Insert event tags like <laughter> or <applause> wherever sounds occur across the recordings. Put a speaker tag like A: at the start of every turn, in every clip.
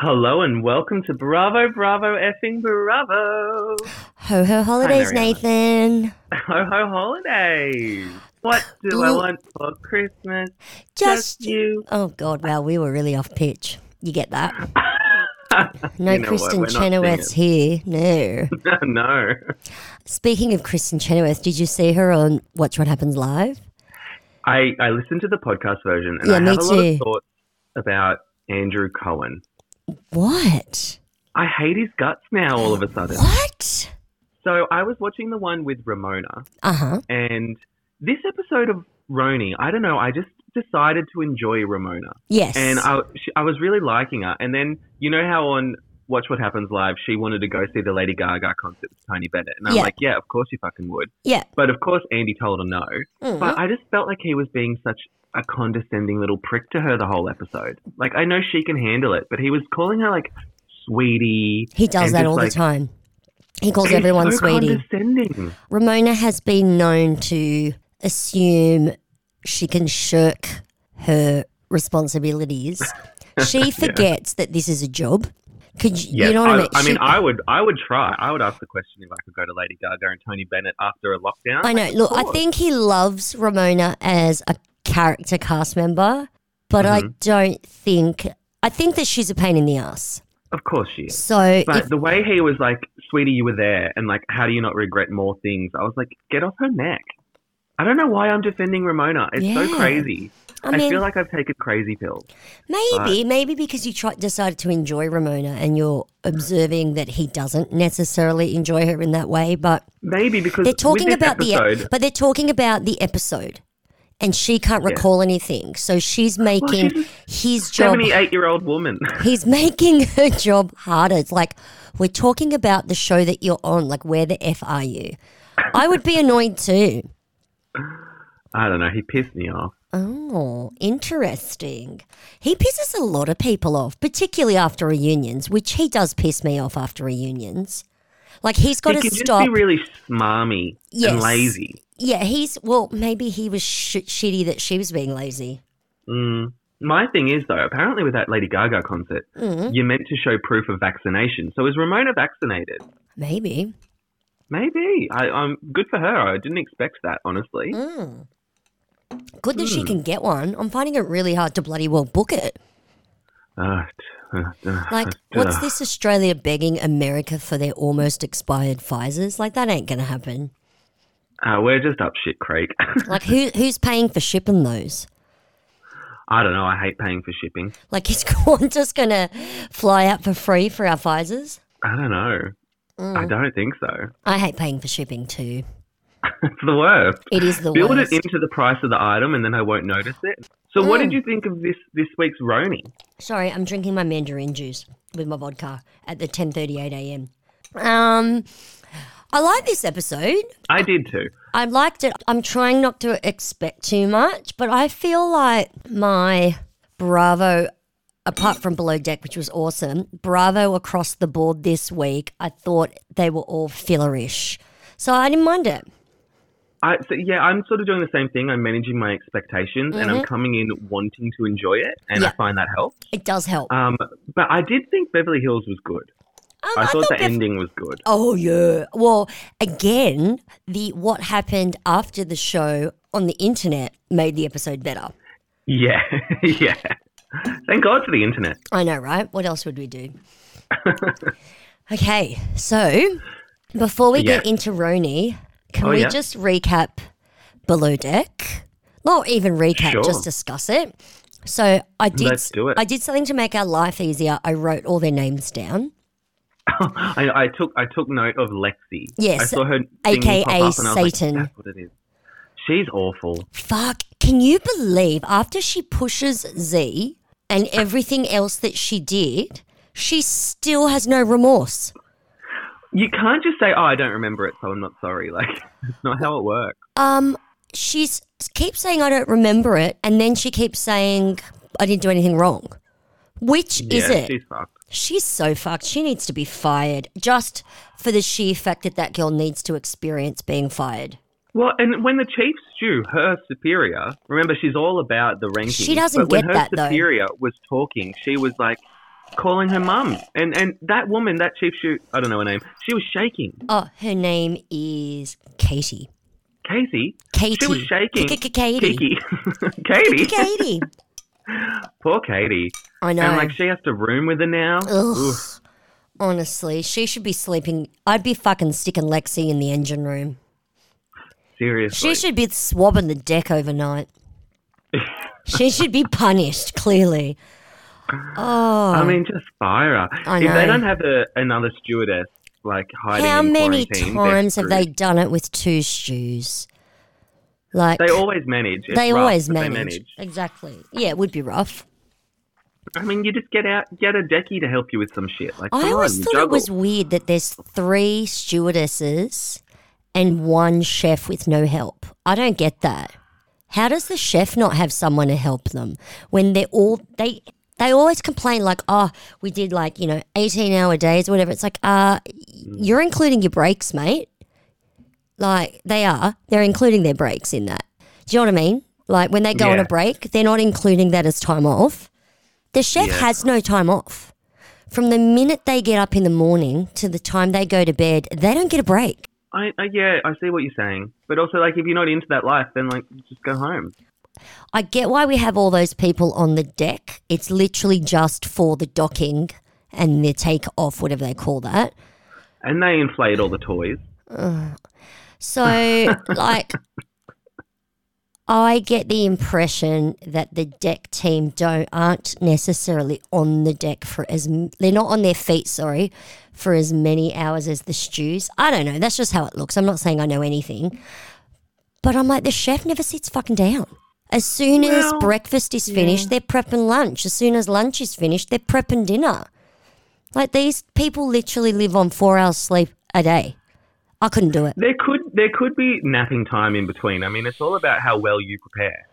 A: Hello and welcome to Bravo, Bravo, effing Bravo.
B: Ho ho holidays,
A: Mariana.
B: Nathan.
A: Ho ho holidays. What do I
B: Ooh.
A: want for Christmas?
B: Just,
A: you. <laughs>
B: Oh God, wow, we were really off pitch. You get that? No
A: You know what,
B: Kristen
A: we're not
B: Chenoweth's here. No.
A: no.
B: Speaking of Kristen Chenoweth, did you see her on Watch What Happens Live?
A: I, I listened to the podcast version and
B: Yeah,
A: I
B: me
A: have a lot
B: too.
A: of thoughts about Andrew Cohen.
B: What?
A: I hate his guts now all of a sudden.
B: What?
A: So I was watching the one with Ramona
B: Uh huh.
A: and this episode of Roni, I don't know, I just decided to enjoy Ramona.
B: Yes.
A: and I, she, I was really liking her. And then you know how on Watch What Happens Live, she wanted to go see the Lady Gaga concert with Tony Bennett, and I'm
B: Yeah.
A: like, yeah, of course you fucking would.
B: yeah.
A: But of course Andy told her no.
B: Mm.
A: But I just felt like he was being such a condescending little prick to her the whole episode. Like I know she can handle it, but he was calling her like sweetie.
B: he does
A: and
B: that
A: just,
B: all
A: like,
B: the time. He calls
A: he's
B: everyone
A: so
B: sweetie.
A: Condescending.
B: Ramona has been known to assume she can shirk her responsibilities.
A: <laughs>
B: She forgets that this is a job. Could you,
A: Yes,
B: you know what I, mean?
A: I, mean,
B: She-
A: I would, I would try. I would ask the question if I could go to Lady Gaga and Tony Bennett after a lockdown.
B: I know.
A: Like, of
B: Look, I
A: course.
B: think he loves Ramona as a character cast member, but
A: Mm-hmm.
B: I don't think. I think that she's a pain in the ass.
A: of course she is.
B: So
A: But
B: if-
A: the way he was like, sweetie, you were there, and like, how do you not regret more things? I was like, get off her neck. I don't know why I'm defending Ramona. It's so
B: Yeah.
A: crazy.
B: I
A: I,
B: mean-
A: feel like I've taken crazy pills.
B: maybe, maybe because you try, decided to enjoy Ramona and you're observing that he doesn't necessarily enjoy her in that way, but
A: Maybe because
B: They're talking
A: with this
B: about
A: episode,
B: the, but they're talking about the episode, and she can't recall anything. So she's making his job.
A: seventy-eight-year-old woman.
B: <laughs>
A: <laughs>
B: He's making her job harder. It's like we're talking about the show that you're on. Like, where the f are you? I would be annoyed too.
A: I don't know. He pissed me off.
B: Oh, interesting. He pisses a lot of people off, particularly after reunions, which he does piss me off after reunions. Like he's got
A: he
B: to
A: can
B: stop.
A: just be really smarmy and
B: Yes.
A: lazy.
B: yeah, he's well. Maybe he was sh- shitty that she was being lazy.
A: Mm. My thing is though, apparently with that Lady Gaga concert,
B: Mm-hmm.
A: you're meant to show proof of vaccination. So is Ramona vaccinated?
B: Maybe.
A: Maybe. I, I'm good for her. I didn't expect that,
B: Mm.
A: honestly.
B: Good that
A: Hmm.
B: she can get one. I'm finding it really hard to bloody well book it.
A: Uh, t- uh, t- <laughs> <sighs>
B: Like,
A: uh,
B: what's
A: uh,
B: this Australia begging America for their almost expired Pfizer's? Like, that ain't going to happen.
A: Uh, we're just up shit creek. <laughs>
B: Like, who who's paying for shipping those?
A: I don't know. I hate paying for shipping.
B: Like, is <laughs> Qantas going to fly out for free for our Pfizer's?
A: I don't know.
B: Mm.
A: I don't think so.
B: I hate paying for shipping too.
A: It's the worst.
B: It is the
A: Build
B: worst. Mm.
A: it into the price of the item, and then I won't notice it. So, what did you think of this this week's Roni?
B: Sorry, I'm drinking my mandarin juice with my vodka at the 10:38 a.m. Um, I like this episode.
A: I did too.
B: I liked it. I'm trying not to expect too much, but I feel like my Bravo, apart from Below Deck, which was awesome, Bravo across the board this week, I thought they were all fillerish. So I didn't mind it.
A: I so yeah, I'm sort of doing the same thing. I'm managing my expectations, and I'm coming in wanting to enjoy it, and I
B: Mm-hmm. Yeah.
A: find that helps.
B: It does help.
A: Um, but I did think Beverly Hills was good.
B: Um,
A: I, thought the
B: Bev-
A: ending was good. <laughs>
B: Oh yeah. Well, again, the what happened after the show on the internet made the episode better.
A: Yeah, <laughs> yeah. Thank God for the internet.
B: I know, right? What else would we
A: <laughs>
B: do? okay, so before we get
A: Yeah.
B: into Roni, can
A: Oh,
B: we
A: yeah.
B: just recap Below Deck? Not even recap,
A: Sure.
B: just discuss it. So I did.
A: Let's do it.
B: I did something to make our life easier. I wrote all their names down.
A: <laughs> I, I took I took note of Lexi.
B: Yes,
A: I saw her
B: AKA
A: AKA pop up and I was
B: Satan.
A: Like, That's what it is. She's awful.
B: Fuck! Can you believe after she pushes Z and everything else that she did, she still has no remorse.
A: You can't just say, "Oh, I don't remember it, so I'm not sorry." <laughs> Like, it's not how it works.
B: Um, she's keeps saying I don't remember it, and then she keeps saying I didn't do anything wrong. Which is
A: yeah,
B: it?
A: She's fucked.
B: She's so fucked. She needs to be fired just for the sheer fact that that girl needs to experience being fired.
A: Well, and when the chief stew, her superior, remember she's all about the ranking.
B: She doesn't
A: but when
B: get
A: her
B: that, though.
A: superior was talking, she was like, calling her mum. And and that woman, that chief shoot, I don't know her name. She was shaking.
B: Oh, her name is Katie.
A: Casey,
B: Katie.
A: she was shaking.
B: Katie.
A: Kiki, <laughs> Katie, <laughs>
B: Katie.
A: poor Katie.
B: I know.
A: And like she has to room with her now.
B: Ugh.
A: Oof.
B: Honestly, she should be sleeping. I'd be fucking sticking Lexi in the engine room. She
A: Seriously,
B: should be swabbing the deck overnight. she should be punished, clearly. Oh,
A: I mean, just fire her.
B: I
A: If
B: know.
A: they don't have a, another stewardess like hiding
B: how
A: in
B: many
A: quarantine, they're
B: times have they
A: screwed.
B: done it with two shoes? Like,
A: They always manage. It's
B: they
A: rough,
B: always
A: but
B: manage.
A: They manage.
B: Exactly. Yeah, it would be rough.
A: I mean, you just get out, get a decky to help you with some shit. Like, come
B: I always
A: on,
B: thought
A: juggle.
B: it was weird that there's three stewardesses and one chef with no help. I don't get that. How does the chef not have someone to help them when they're all they they always complain like, oh, we did like, you know, 18 hour days or whatever. It's like, uh,
A: Mm.
B: you're including your breaks, mate. Like they are. They're including their breaks in that. Do you know what I mean? Like when they go on
A: Yeah.
B: a break, they're not including that as time off. The chef
A: Yeah.
B: has no time off. From the minute they get up in the morning to the time they go to bed, they don't get a break.
A: I, I yeah, I see what you're saying, but also like if you're not into that life, then like just go home.
B: I get why we have all those people on the deck. It's literally just for the docking and the take off, whatever they call that.
A: And they inflate all the toys.
B: So, like, I get the impression that the deck team don't aren't necessarily on the deck for as m- they're not on their feet. Sorry, for as many hours as the stews. I don't know. That's just how it looks. I'm not saying I know anything, but I'm like the chef never sits fucking down. As soon as
A: Well,
B: breakfast is finished, they're prepping lunch. As soon as lunch is finished, they're prepping dinner. Like these people literally live on four hours sleep a day. I couldn't do it.
A: There could there could be napping time in between. I mean, it's all about how well you prepare.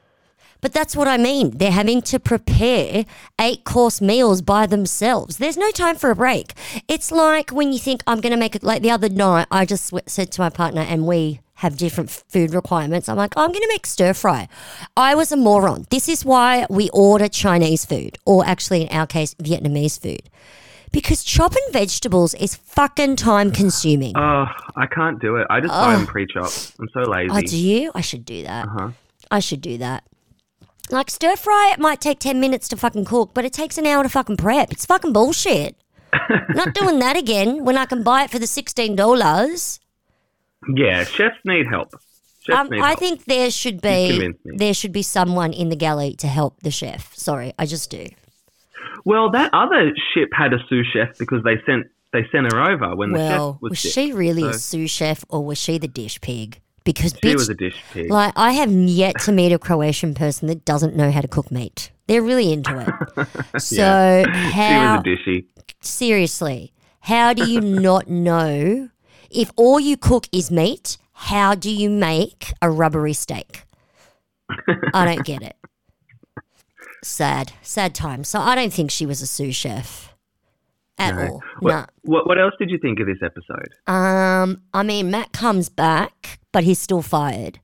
B: But that's what I mean. They're having to prepare eight course meals by themselves. There's no time for a break. It's like when you think, I'm going to make it, like the other night, I just w- said to my partner, and we have different food requirements. I'm like, I'm going to make stir fry. I was a moron. This is why we order Chinese food, or actually, in our case, Vietnamese food. Because chopping vegetables is fucking time consuming.
A: Oh, I can't do it. I just buy them pre-chop. I'm so lazy.
B: Oh, do you? I should do that.
A: Uh-huh.
B: I should do that. Like stir fry, it might take 10 minutes to fucking cook, but it takes an hour to fucking prep. It's
A: <laughs>
B: fucking bullshit. Not doing that again when I can buy it for the $16.
A: yeah, chefs need help. Chefs
B: Um,
A: need
B: I
A: help.
B: think there should
A: You
B: be
A: convinced me.
B: there should be someone in the galley to help the chef. Sorry, I just do.
A: Well, that other ship had a sous chef because they sent they sent her over when the
B: Well,
A: chef was,
B: was
A: sick.
B: she really a
A: so-
B: sous chef or was she the dish pig? Because
A: She
B: bitch,
A: was a dish pig.
B: Like I have yet to meet a Croatian person that doesn't know how to cook meat. They're really into
A: <laughs>
B: it. So
A: she was
B: how
A: a dishy.
B: seriously, how do you not know if all you cook is meat, how do you make a rubbery steak? I don't get it. Sad, sad time. So I don't think she was a sous chef at all.
A: What,
B: Nah.
A: what what else did you think of this episode?
B: Um, I mean, Matt comes back, but he's still fired.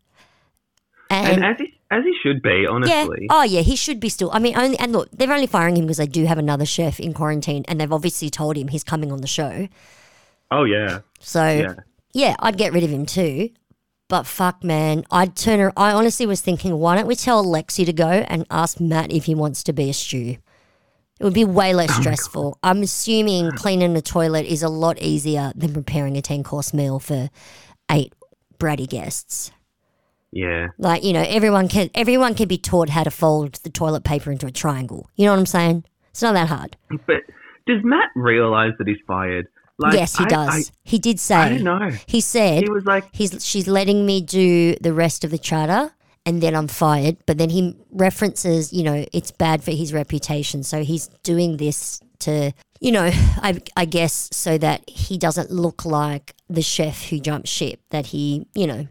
A: And, as he as he should be, honestly.
B: Yeah. Oh, yeah. He should be still. I mean, only and look, they're only firing him because they do have another chef in quarantine, and they've obviously told him he's coming on the show.
A: Oh yeah.
B: So yeah,
A: Yeah.
B: I'd get rid of him too. But fuck, man, I'd turn her. I honestly was thinking, why don't we tell Lexi to go and ask Matt if he wants to be a stew? It would be way less stressful. I'm assuming cleaning the toilet is a lot easier than preparing a ten course meal for eight bratty guests.
A: Yeah.
B: Like you know, everyone can everyone can be taught how to fold the toilet paper into a triangle. You know what I'm saying? It's not that hard.
A: But does Matt realize that he's fired? Like,
B: yes, he
A: I-
B: does. he did say.
A: I, I don't know.
B: He said
A: He was like,
B: he's she's letting me do the rest of the charter, and then I'm fired. But then he references, you know, it's bad for his reputation, so he's doing this to, you know, <sighs> I, I guess so that he doesn't look like the chef who jumped ship. That he, you know,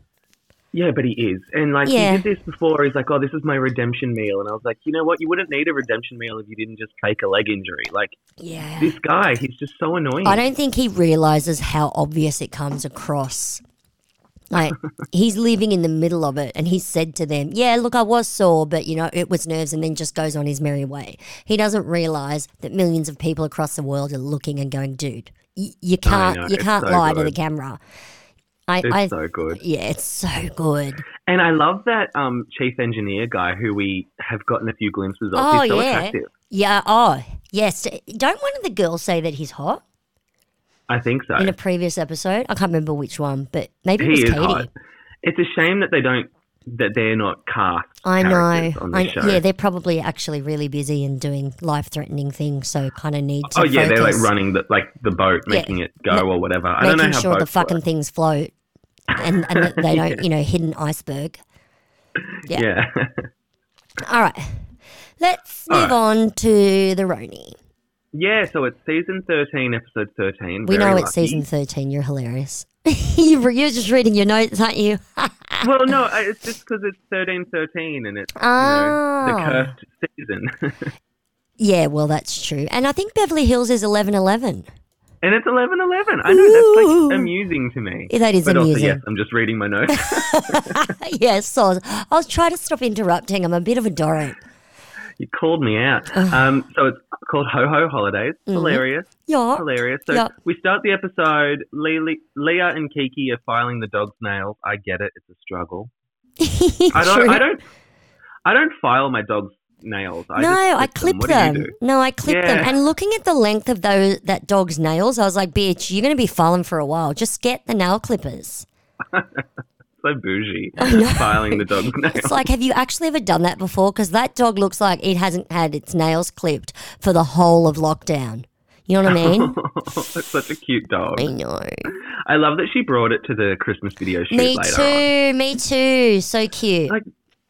A: yeah, but he is. And like,
B: Yeah.
A: he did this before. He's like, oh, this is my redemption meal. And I was like, you know what? You wouldn't need a redemption meal if you didn't just fake a leg injury. Like,
B: yeah.
A: this guy, he's just so annoying.
B: I don't think he realizes how obvious it comes across Like he's living in the middle of it and he said to them, Yeah, look, I was sore, but you know, it was nerves and then just goes on his merry way. He doesn't realize that millions of people across the world are looking and going, Dude, y- you can't
A: know,
B: you
A: it's
B: can't
A: so
B: lie to
A: good.
B: the camera. I,
A: It's
B: I
A: so good.
B: Yeah, it's so good.
A: And I love that um, chief engineer guy who we have gotten a few glimpses of.
B: Oh
A: He's so
B: yeah.
A: attractive.
B: Yeah, oh, yes. Don't one of the girls say that he's hot
A: I think so.
B: in a previous episode? I can't remember which one, but maybe it was
A: he is
B: Katie.
A: hot. It's a shame that they don't that they're not cast.
B: I know.
A: characters On the
B: I,
A: show.
B: yeah, they're probably actually really busy and doing life-threatening things, so kind of need to.
A: oh yeah,
B: focus,
A: they're like running the like the boat,
B: Yeah.
A: making it go or whatever. I
B: making
A: don't know how
B: sure the
A: boats
B: fucking
A: work.
B: things float, and, and
A: <laughs>
B: that they don't, you know, hit an iceberg. yeah.
A: Yeah. <laughs>
B: All right, let's
A: All
B: move on to the Roni.
A: yeah, so it's season 13, episode 13. Very
B: We know
A: lucky.
B: it's season thirteen. You're hilarious. <laughs> You're you're just reading your notes, aren't you? <laughs>
A: Well, no, I- it's just because it's 13, 13 and it's you know,
B: Ah,
A: the cursed season. <laughs>
B: yeah. Well, that's true, and I think Beverly Hills is eleven eleven. <laughs>
A: and it's eleven eleven. I know, that's
B: Ooh.
A: like amusing to me.
B: That is
A: but also,
B: amusing.
A: yes, I'm just reading my notes.
B: <laughs> yes, so I was trying to stop interrupting. I'm a bit of a dork.
A: you called me out.
B: Oh.
A: Um, so it's called Ho Ho Holidays.
B: Mm-hmm.
A: Hilarious.
B: Yeah.
A: hilarious. So
B: Yep.
A: we start the episode. Lily, Leah and Kiki are filing the dog's nails. I get it; it's a struggle. I don't.
B: <laughs> True.
A: I don't. I don't file my dog's nails. I
B: no,
A: just
B: I clip
A: What
B: them.
A: Do you do?
B: No, I clip them.
A: Yeah.
B: And looking at the length of those that dog's nails, I was like, "Bitch, you're going to be filing for a while. Just get the nail clippers."
A: So bougie.
B: know.
A: Filing the
B: <laughs>
A: dog's nails. <laughs>
B: It's like, have you actually ever done that before? Because that dog looks like it hasn't had its nails clipped for the whole of lockdown. You know
A: <laughs>
B: what I mean?
A: it's such a cute dog.
B: I know.
A: I love that she brought it to the Christmas video shoot
B: Me
A: later.
B: too.
A: on.
B: Me too. So cute.
A: Like,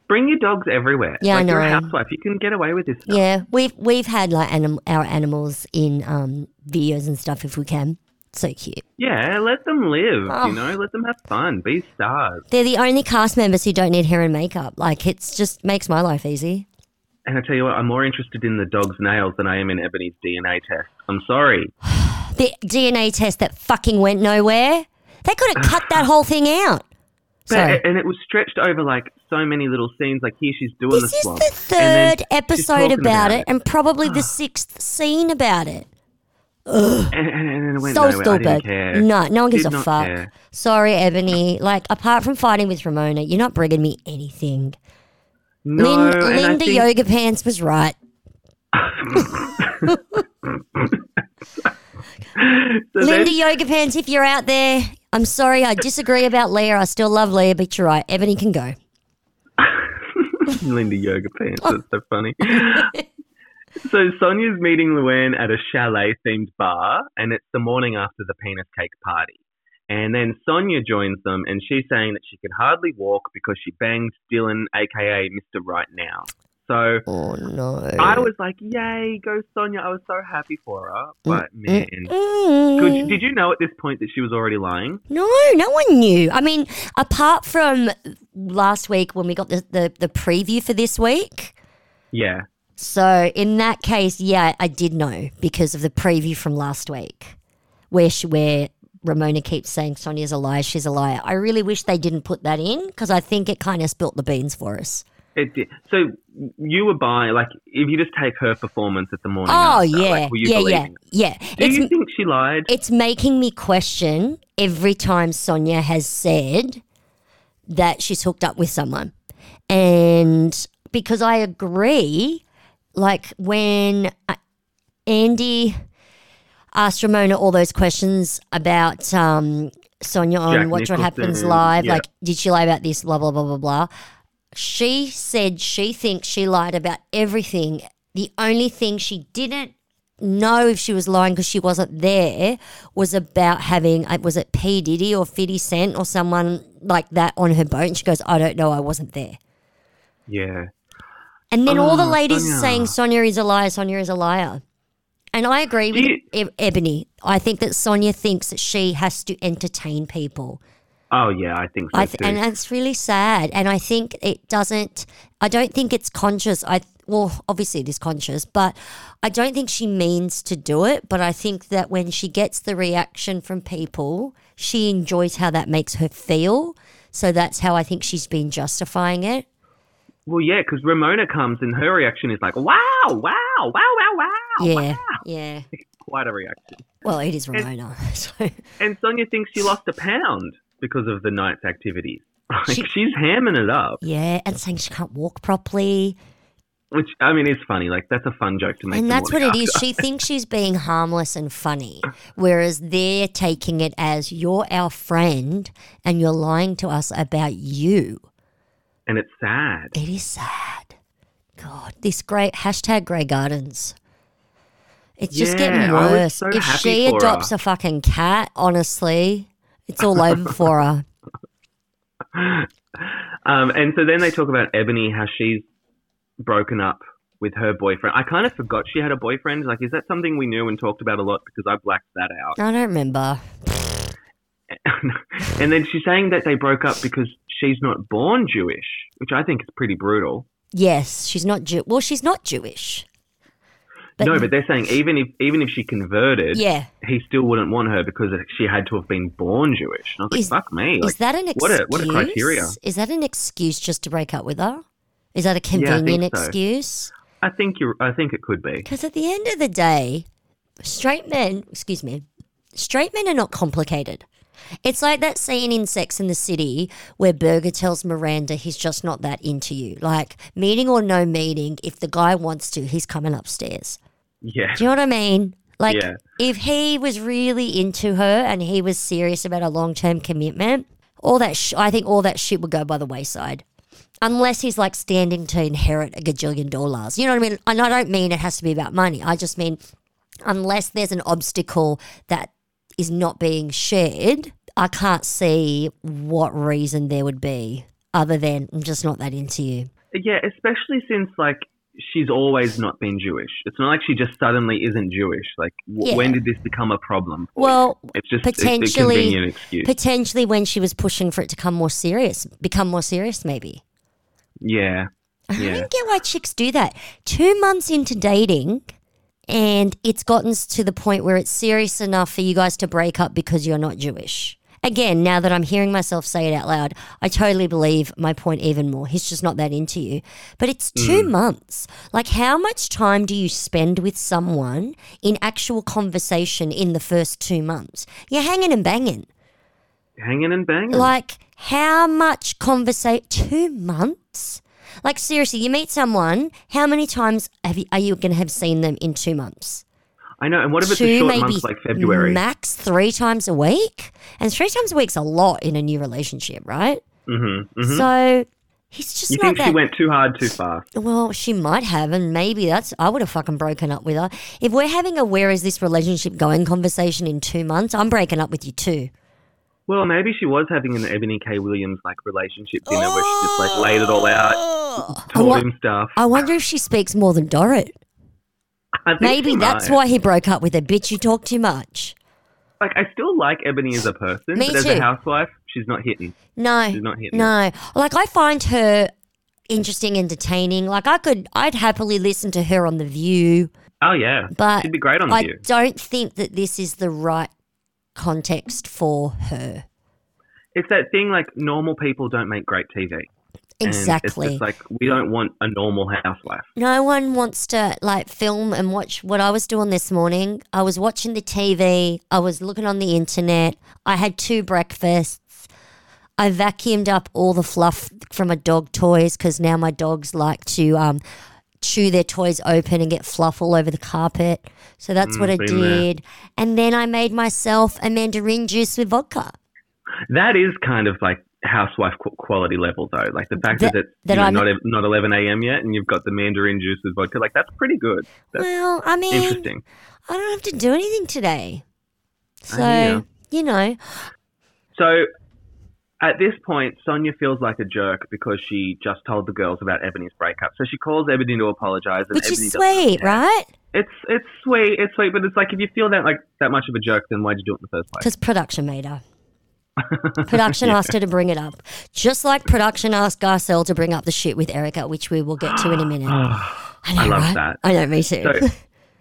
A: bring your dogs everywhere.
B: Yeah, I
A: like, You're a
B: know.
A: housewife. You can get away with this. Stuff.
B: Yeah, we've we've had like anim- our animals in um, videos and stuff if we can. So cute.
A: Yeah, let them live.
B: Oh.
A: You know, let them have fun. Be stars.
B: They're the only cast members who don't need hair and makeup. Like it's just makes my life easy.
A: And I tell you what, I'm more interested in the dog's nails than I am in Ebony's DNA test. I'm sorry.
B: The DNA test that fucking went nowhere. They could have cut that whole
A: <sighs>
B: thing out.
A: But,
B: So
A: and it was stretched over like so many little scenes. Like here, she's doing
B: this
A: the
B: is
A: swab.
B: the
A: and
B: third
A: then she's
B: episode
A: talking
B: about, it, and
A: <sighs>
B: probably the sixth scene about it.
A: and, and, and then it went
B: So
A: nowhere. I didn't
B: stupid.
A: care.
B: No, no one gives
A: Did
B: a
A: not
B: fuck.
A: care.
B: Sorry, Ebony. Like apart from fighting with Ramona, you're not bringing me anything.
A: No,
B: Lin-
A: and I
B: Linda
A: think-
B: Yoga Pants was right.
A: so
B: Linda
A: <laughs> then-
B: Yoga Pants, if you're out there, I'm sorry, I disagree about Leah. I still love Leah, but you're right. Ebony can go.
A: Linda Yoga Pants. That's so funny. so Sonia's meeting Luann at a chalet themed bar, and it's the morning after the penis cake party. And then Sonia joins them, and she's saying that she can hardly walk because she banged Dylan, aka Mr. Right Now. So
B: Oh no.
A: I was like, "Yay, go Sonia!" I was so happy for her, but man,
B: Mm.
A: could, did you know at this point that she was already lying?
B: No, no one knew. I mean, apart from last week when we got the, the, the preview for this week.
A: Yeah,
B: So in that case, yeah, I did know because of the preview from last week, where she, where Ramona keeps saying Sonia's a liar, she's a liar. I really wish they didn't put that in because I think it kind of spilt the beans for us.
A: It did. So you were buying, like, if you just take her performance at the morning.
B: Oh
A: after,
B: yeah,
A: like, were you
B: yeah, yeah,
A: believing it?
B: yeah.
A: Do
B: It's
A: you think she lied?
B: it's making me question every time Sonia has said that she's hooked up with someone, and because I agree, like when uh, Andy asked Ramona all those questions about um, Sonia on
A: Jack
B: Watch What Happens
A: Nicholson,
B: Live,
A: yeah.
B: like did she lie about this? Blah blah blah blah blah. She said she thinks she lied about everything. The only thing she didn't know if she was lying because she wasn't there was about having uh, was it P Diddy or Fifty Cent or someone like that on her boat. And she goes, I don't know, I wasn't there.
A: yeah.
B: And then all the
A: Oh,
B: ladies
A: Sonia.
B: saying Sonia is a liar, Sonia is a liar. And I agree with
A: you-
B: E- Ebony. I think that Sonia thinks that she has to entertain people.
A: Oh, yeah, I think so.
B: I th-
A: too.
B: and that's really sad. And I think it doesn't, I don't think it's conscious. I, well, obviously it is conscious, but I don't think she means to do it. But I think that when she gets the reaction from people, she enjoys how that makes her feel. So that's how I think she's been justifying it.
A: Well, yeah, because Ramona comes and her reaction is like, wow, wow, wow, wow, wow.
B: yeah,
A: Oh, wow."
B: yeah.
A: Quite a reaction.
B: Well, it is Ramona. <laughs> So
A: And Sonia thinks she lost a pound because of the night's activities. <laughs> Like, she's hamming it up,
B: yeah, and saying she can't walk properly.
A: which, I mean, is funny. Like, that's a fun joke to make.
B: and
A: the
B: that's what
A: morning
B: it is.
A: <laughs>
B: She thinks she's being harmless and funny, whereas they're taking it as you're our friend and you're lying to us about you.
A: after. And it's sad.
B: It is sad. God, this great hashtag Grey Gardens. It's just getting
A: Yeah, I was
B: worse.
A: so
B: if
A: happy
B: she
A: for
B: adopts
A: her.
B: a fucking cat, honestly, it's all over for her.
A: Um, and so then they talk about Ebony, how she's broken up with her boyfriend. I kind of forgot she had a boyfriend. Like, is that something we knew and talked about a lot? Because I blacked that out.
B: I don't remember.
A: <laughs> and then she's saying that they broke up because she's not born Jewish, which I think is pretty brutal.
B: Yes, she's not Jew. Well, she's not Jewish. But-
A: no, but they're saying even if even if she converted,
B: Yeah.
A: he still wouldn't want her because she had to have been born Jewish. And I was
B: Is-
A: like, fuck me.
B: Is
A: Like,
B: that an excuse?
A: what a- what a criteria.
B: Is that an excuse just to break up with her? Is that a
A: I think
B: convenient
A: so.
B: excuse?
A: I think you I think it could be.
B: Because at the end of the day, straight men, excuse me, straight men are not complicated. It's like that scene in Sex in the City where Berger tells Miranda he's just not that into you. Like, meeting or no meeting, if the guy wants to, he's coming upstairs.
A: Yeah.
B: Do you know what I mean? Like,
A: Yeah.
B: if he was really into her and he was serious about a long term commitment, all that sh- I think all that shit would go by the wayside. Unless he's like standing to inherit a gajillion dollars. You know what I mean? And I don't mean it has to be about money. I just mean unless there's an obstacle that is not being shared, I can't see what reason there would be other than I'm just not that into you.
A: Yeah, especially since like she's always not been Jewish. It's not like she just suddenly isn't Jewish. Like w-
B: Yeah.
A: when did this become a problem? for
B: Well,
A: you? it's just it's a
B: potentially-
A: convenient excuse.
B: potentially when she was pushing for it to come more serious, become more serious, maybe.
A: yeah.
B: I
A: Yeah.
B: don't get why chicks do that. Two months into dating, and it's gotten s- to the point where it's serious enough for you guys to break up because you're not Jewish. Again, now that I'm hearing myself say it out loud, I totally believe my point even more. He's just not that into you. But it's
A: Hmm.
B: two months. Like, how much time do you spend with someone in actual conversation in the first two months? You're hanging and banging.
A: Hanging and banging.
B: <clears throat> Like, how much conversation? Two months? Like, seriously, you meet someone, how many times have you, are you going to have seen them in two months?
A: I know. And what if it's a
B: two,
A: short
B: maybe
A: month like February?
B: max three times a week? And three times a week's a lot in a new relationship, right?
A: mm-hmm.
B: So he's just
A: You
B: not
A: think
B: that.
A: she went too hard too fast?
B: Well, she might have, and maybe that's. I would have fucking broken up with her. If we're having a where is this relationship going conversation in two months, I'm breaking up with you too.
A: Well, maybe she was having an Ebony K. Williams like relationship dinner where she just like laid it all out,
B: I,
A: told
B: wa-
A: him stuff.
B: I wonder if she speaks more than Dorrit.
A: I think
B: Maybe
A: she
B: that's
A: might.
B: why he broke up with her. Bitch, you talk too much.
A: Like, I still like Ebony as a person,
B: Me
A: but as
B: too.
A: a housewife, she's not hitting.
B: No.
A: She's not hitting
B: No. Like, I find her interesting, entertaining. Like, I could, I'd happily listen to her on The View,
A: Oh yeah,
B: but
A: she'd be great on
B: I
A: you.
B: don't think that this is the right context for her.
A: It's that thing like normal people don't make great TV. And
B: Exactly.
A: It's just like we don't want a normal housewife.
B: no one wants to like film and watch what I was doing this morning. I was watching the TV, I was looking on the internet, I had two breakfasts. I vacuumed up all the fluff from my dog toys because now my dogs like to um, chew their toys open and get fluff all over the carpet. So that's what I
A: been Mm, there.
B: did. And then I made myself a mandarin juice with vodka.
A: That is kind of like housewife qu- quality level though. Like the fact that,
B: That-
A: it's you
B: that
A: know,
B: I'm-
A: not ev- not 11 a.m. yet, and you've got the mandarin juice with vodka. Like that's pretty good. That's
B: Well, I mean,
A: interesting.
B: I don't have to do anything today. So,
A: hear ya.
B: you know,
A: So at this point, Sonia feels like a jerk because she just told the girls about Ebony's breakup. So she calls Ebony to apologize, and
B: which
A: Ebony
B: is
A: doesn't
B: sweet, right?
A: It's it's sweet, it's sweet, but it's like if you feel that like that much of a jerk, then why'd you do it in the first place?
B: Because production
A: <laughs>
B: made her. Production asked her to bring it up.
A: <gasps>
B: Just like production asked Garcelle to bring up the shit with Erica, which we will get to in a minute. I, know,
A: I love
B: right?
A: that.
B: I know, me too.
A: So-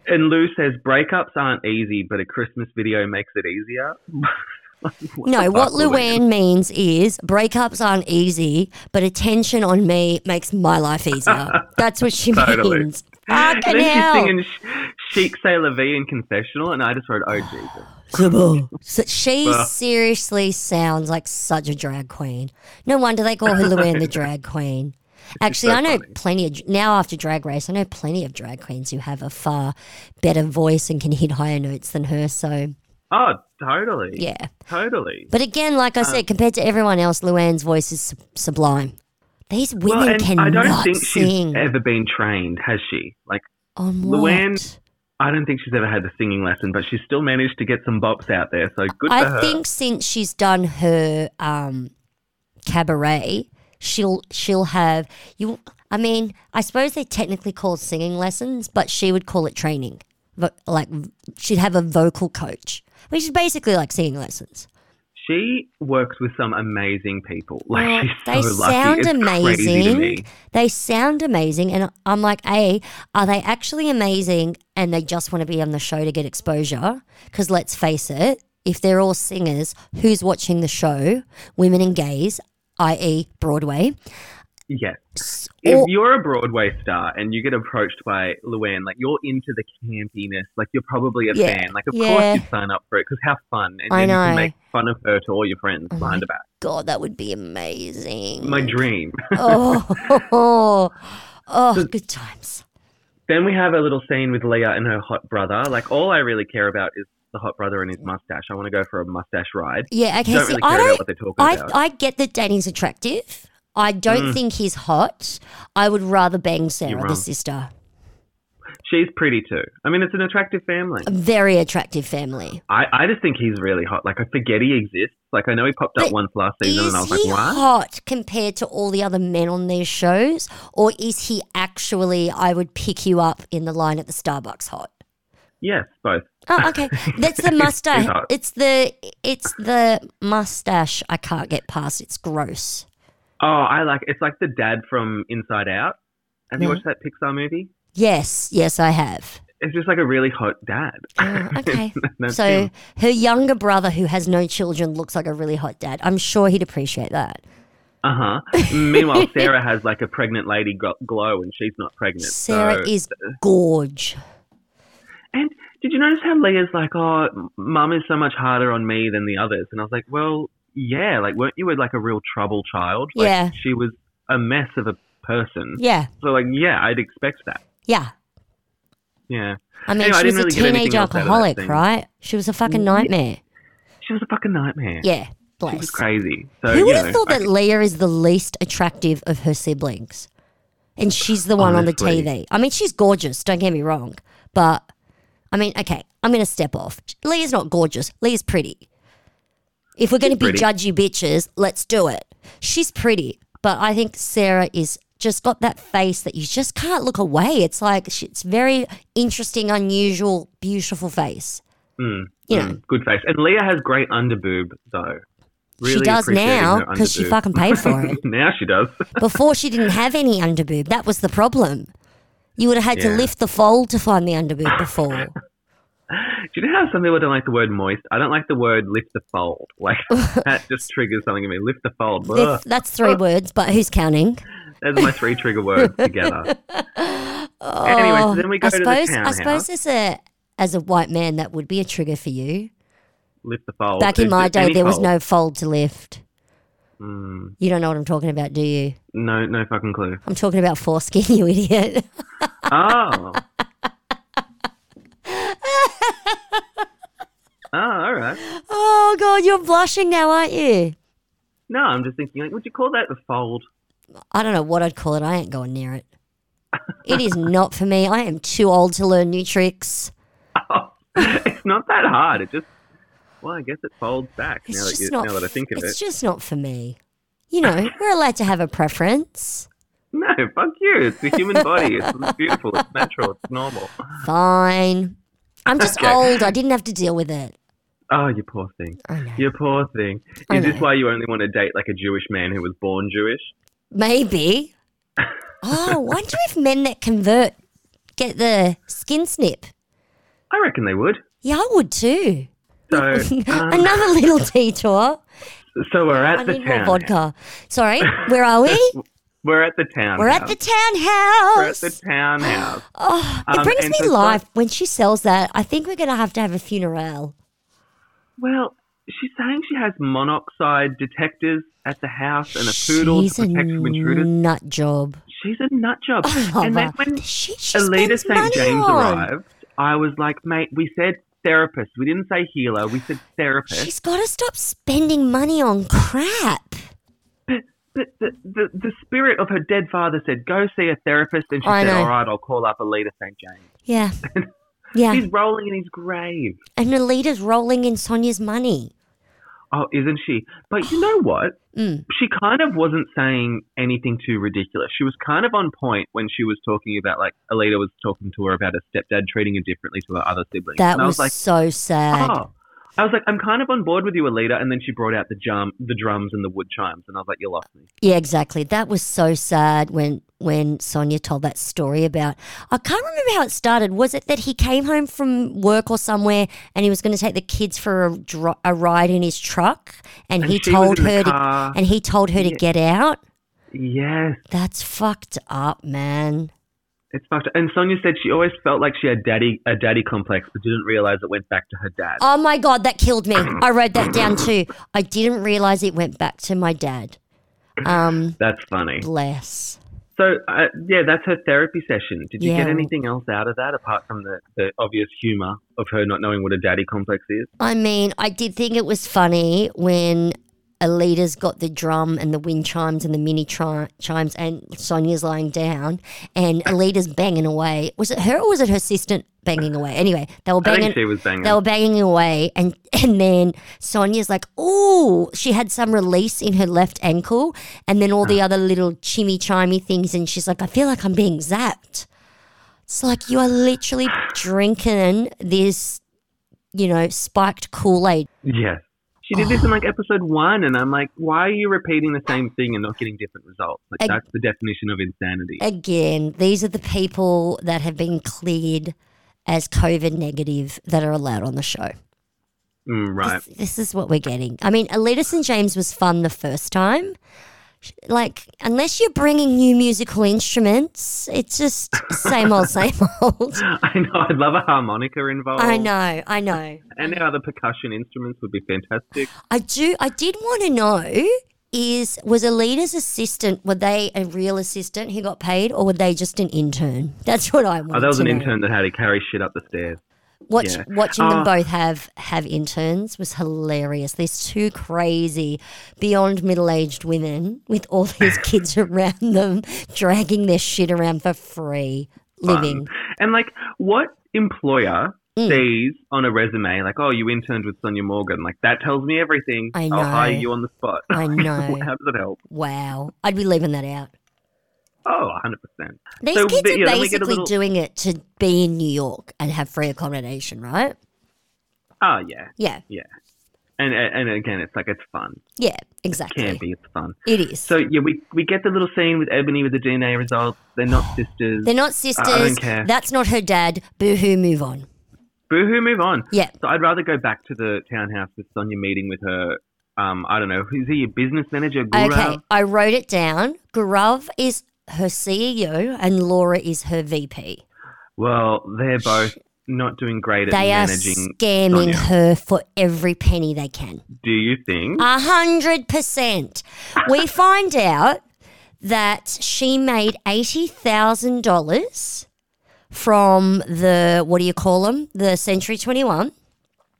A: And Lou says breakups aren't easy, but a Christmas video makes it easier.
B: <laughs>
A: <laughs>
B: no,
A: the
B: what
A: fuck, Luann?
B: Luann means is breakups aren't easy, but attention on me makes my
A: <laughs>
B: life easier. That's what she
A: Totally.
B: means.
A: And <laughs>
B: Fucking
A: then she's
B: hell.
A: singing Sh- Chic Sailor V in confessional, and I just wrote, "Oh Jesus!"
B: So she
A: Well.
B: seriously sounds like such a drag queen. No wonder they call her Luann the drag queen. Actually,
A: so
B: I know
A: funny.
B: plenty of now after Drag Race, I know plenty of drag queens who have a far better voice and can hit higher notes than her. So
A: Oh, totally.
B: yeah,
A: totally.
B: but again, like I
A: Um,
B: said, compared to everyone else, Luann's voice is sub- sublime. These women
A: well, and I
B: cannot
A: don't think
B: sing. Oh
A: she's ever been trained, has she? Like,
B: on
A: Luann-
B: what?
A: I don't think she's ever had the singing lesson, but she's still managed to get some bops out there. So good for
B: I
A: her.
B: think since she's done her um, cabaret, she'll she'll have you. I mean, I suppose they technically call it singing lessons, but she would call it training. Vo- like she'd have a vocal coach, which is basically like singing lessons.
A: she works with some amazing people. Like,
B: Well,
A: she's
B: they
A: so lucky.
B: sound
A: It's Crazy to
B: amazing.
A: me.
B: They sound amazing, and I'm like, a, are they actually amazing? And they just want to be on the show to get exposure? Because let's face it, if they're all singers, who's watching the show? Women and gays, i.e., Broadway.
A: Yes.
B: S-
A: If
B: or-
A: you're a Broadway star and you get approached by Luann, like you're into the campiness, like you're probably a
B: Yeah,
A: fan. Like, of
B: yeah.
A: course you sign up for it because have fun, and
B: I
A: then you
B: know.
A: can make fun of her to all your friends
B: Oh my
A: behind her back.
B: God, that would be amazing.
A: My dream. <laughs>
B: oh, <laughs> oh, oh, good times.
A: then we have a little scene with Leah and her hot brother. Like, all I really care about is the hot brother and his mustache. I want to go for a mustache ride.
B: Yeah, okay.
A: don't
B: see,
A: really
B: I
A: care
B: don't
A: about what they're talking
B: I,
A: about.
B: I get that dating's attractive. I don't
A: Mm.
B: think he's hot. I would rather bang Sarah,
A: wrong.
B: the sister.
A: She's pretty too. I mean, it's an attractive family.
B: A very attractive family.
A: I, I just think he's really hot. Like, I forget he exists. Like, I know he popped up
B: But
A: once last season,
B: Is
A: and I was
B: he
A: like, what?
B: hot compared to all the other men on these shows? Or is he actually, I would pick you up in the line at the Starbucks hot?
A: Yes, both.
B: Oh,
A: <laughs>
B: okay. That's the mustache.
A: hot.
B: it's the it's the mustache I can't get past. It's gross.
A: Oh, I like it's like the dad from Inside Out. Have you
B: No.
A: watched that Pixar movie?
B: Yes, yes, I have.
A: It's just like a really hot dad. <laughs>
B: Oh, okay.
A: That's
B: so
A: him.
B: her younger brother, who has no children, looks like a really hot dad. I'm sure he'd appreciate that.
A: Uh huh. Meanwhile, Sarah has like a pregnant lady gl- glow, and she's not pregnant.
B: Sarah
A: so-
B: is gorge.
A: And did you notice how Leah's like, "Oh, m- mum is so much harder on me than the others," and I was like, "Well, yeah. Like, weren't you like a real trouble child? Like,
B: Yeah.
A: She was a mess of a person.
B: Yeah,
A: So like, yeah, I'd expect that.
B: yeah.
A: Yeah.
B: I mean,
A: Anyway, I
B: she
A: didn't
B: was a
A: really get anything else
B: teenage
A: out of that
B: alcoholic,
A: thing.
B: right? She was a fucking nightmare.
A: She was a fucking nightmare.
B: Yeah,
A: She was
B: bless.
A: crazy. So
B: Who
A: you
B: would have
A: know,
B: thought
A: I-
B: that Leah is the least attractive of her siblings? And she's the one on
A: Honestly.
B: the TV. I mean, she's gorgeous, don't get me wrong. But, I mean, okay, I'm going to step off. Leah's not gorgeous. Leah's pretty. If we're going to be
A: pretty.
B: judgy bitches, let's do it. She's pretty. But I think Sarah is just got that face that you just can't look away. It's like, she- it's very interesting, unusual, beautiful face.
A: Mm,
B: You
A: mm, good face. And Leah has great underboob though. Really
B: she does
A: appreciating
B: now
A: her
B: because she
A: underboob.
B: fucking paid for it.
A: <laughs> now she does.
B: Before she didn't have any underboob. That was the problem. You would have had to
A: Yeah.
B: lift the fold to find the underboob before.
A: Do you know how some people don't like the word moist? I don't like the word lift the fold. <laughs> Like that just triggers something in me. Lift the fold. <laughs> Ugh,
B: Lift- that's three words, but who's counting?
A: Those are my three trigger words together.
B: <laughs> Oh,
A: Anyway, so then we go
B: I
A: to the
B: suppose, I
A: townhouse.
B: suppose as a as a white man, that would be a trigger for you.
A: Lift the fold.
B: Back in
A: Is there
B: my day,
A: any
B: there was
A: fold?
B: no fold to lift.
A: Mm,
B: You don't know what I'm talking about, do you?
A: no, no fucking
B: <laughs>
A: clue.
B: I'm talking about foreskin, <laughs> you idiot. <laughs>
A: Oh. Oh, all right.
B: Oh God, you're blushing now, aren't you?
A: No, I'm just thinking. Like, would you call that the fold?
B: I don't know what I'd call it. I ain't going near it. It is not for me. I am too old to learn new tricks.
A: <laughs> it's not that hard. It just, well, I guess it folds back
B: It's
A: now that,
B: just
A: you,
B: not.
A: now that I think of
B: it's
A: it.
B: just not for me. You know, we're allowed to have a preference.
A: No, fuck you. It's the human body. It's beautiful. It's natural. It's normal.
B: Fine. I'm just
A: Okay.
B: old. I didn't have to deal with it.
A: Oh, you poor thing.
B: I know.
A: You poor thing.
B: I
A: Is this
B: know.
A: why you only want to date like a Jewish man who was born Jewish?
B: Maybe. Oh, I wonder if men that convert get the skin snip.
A: I reckon they would.
B: Yeah, I would too. <laughs>
A: So, um,
B: Another little detour.
A: so we're at
B: I
A: the
B: need more
A: town.
B: vodka. Sorry, where are we?
A: We're at the town.
B: We're at the
A: We're at
B: townhouse.
A: the townhouse.
B: <gasps> oh, it
A: Um,
B: brings
A: and
B: me
A: so-
B: life when she sells that. I think we're going to have to have a funeral.
A: Well, she's saying she has monoxide detectors at the house and a poodle
B: She's
A: to protect
B: a
A: from intruders.
B: nut job.
A: She's a nut job.
B: Oh, I love
A: and then
B: her.
A: when
B: she, she
A: Alita
B: spends money
A: St. James
B: on.
A: arrived, I was like, mate, we said therapist. We didn't say healer. We said therapist.
B: She's got to stop spending money on crap.
A: But the, the, the spirit of her dead father said, go see a therapist. And she
B: I
A: said,
B: know.
A: all right, I'll call up Alita St. James.
B: Yeah.
A: <laughs>
B: Yeah.
A: He's rolling in his grave.
B: and Alita's rolling in Sonia's money.
A: Oh, isn't she? But you know what?
B: Mm.
A: She kind of wasn't saying anything too ridiculous. She was kind of on point when she was talking about, like, Alita was talking to her about her stepdad treating her differently to her other siblings.
B: That
A: and I was
B: was,
A: like,
B: so sad.
A: oh. I was like, I'm kind of on board with you, Alita. And then she brought out the jam, the drums and the wood chimes. And I was like, you lost me.
B: Yeah, exactly. That was so sad when when Sonia told that story about. I can't remember how it started. Was it that he came home from work or somewhere and he was going to take the kids for a, dri a ride in his truck, and,
A: And
B: he
A: she was
B: told
A: in the
B: her
A: car.
B: to and he told her to
A: Yeah.
B: get out.
A: Yes.
B: That's fucked up, man.
A: It's fucked up. And Sonia said she always felt like she had daddy a daddy complex, but didn't realize it went back to her dad.
B: Oh my god, that killed me. I wrote that down too. I didn't realize it went back to my dad. Um,
A: That's funny.
B: bless.
A: So uh, yeah, that's her therapy session. Did you
B: Yeah.
A: get anything else out of that apart from the, the obvious humor of her not knowing what a daddy complex is?
B: I mean, I did think it was funny when Alita's got the drum and the wind chimes and the mini chi- chimes, and Sonia's lying down, and Alita's banging away. Was it her or was it her assistant banging away? Anyway, they were
A: I
B: banging.
A: think she was banging.
B: They were banging away, and and then Sonia's like, "Oh, she had some release in her left ankle," and then all the other little chimmy chimey things, and she's like, "I feel like I'm being zapped." It's like you are literally drinking this, you know, spiked Kool Aid.
A: yes. She did this in like episode one, and I'm like, why are you repeating the same thing and not getting different results? Like
B: Ag-
A: that's the definition of insanity.
B: Again, these are the people that have been cleared as COVID negative that are allowed on the show.
A: Mm, right.
B: This, this is what we're getting. I mean, Alita St. James was fun the first time. Sh- Like, unless you're bringing new musical instruments, it's just same old, same <laughs> old.
A: <laughs> I know. I'd love a harmonica involved.
B: I know, I know.
A: And the other percussion instruments would be fantastic.
B: I do. I did want to know is was Alita's assistant were they a real assistant who got paid, or were they just an intern? That's what I wanted.
A: Oh, that was
B: to
A: an
B: know.
A: intern that had to carry shit up the stairs.
B: Watch,
A: Yeah.
B: Watching them
A: Uh,
B: both have have interns was hilarious. These two crazy, beyond middle aged women with all
A: <laughs>
B: these kids around them, dragging their shit around for free, living.
A: And like, what employer
B: Mm.
A: sees on a resume like, "Oh, you interned with Sonia Morgan"? Like that tells me everything.
B: I know.
A: will hire you on the spot. <laughs>
B: I know.
A: How does it help?
B: Wow, I'd be leaving that out.
A: Oh, 100 percent.
B: These
A: So,
B: kids
A: but, yeah,
B: are
A: then we get a
B: basically
A: little-
B: doing it to be in New York and have free accommodation, right?
A: Oh yeah,
B: Yeah,
A: yeah. And and again, it's like it's fun.
B: yeah, exactly.
A: Campy, it's fun.
B: It is.
A: So yeah, we we get the little scene with Ebony with the DNA results. They're not sisters.
B: They're not sisters.
A: care.
B: That's not her dad. Boo hoo, move on.
A: Boo hoo, move on.
B: Yeah.
A: So I'd rather go back to the townhouse with Sonia meeting with her. Um, I don't know. Is he a business manager? Guru?
B: Okay, I wrote it down. Gaurav is her CEO and Laura is her VP.
A: Well, they're both not doing great at
B: They are
A: managing.
B: scamming
A: Sonia.
B: her for every penny they can.
A: Do you think?
B: A hundred percent.
A: <laughs>
B: We find out that she made eighty thousand dollars from the what do you call them? The Century Twenty One,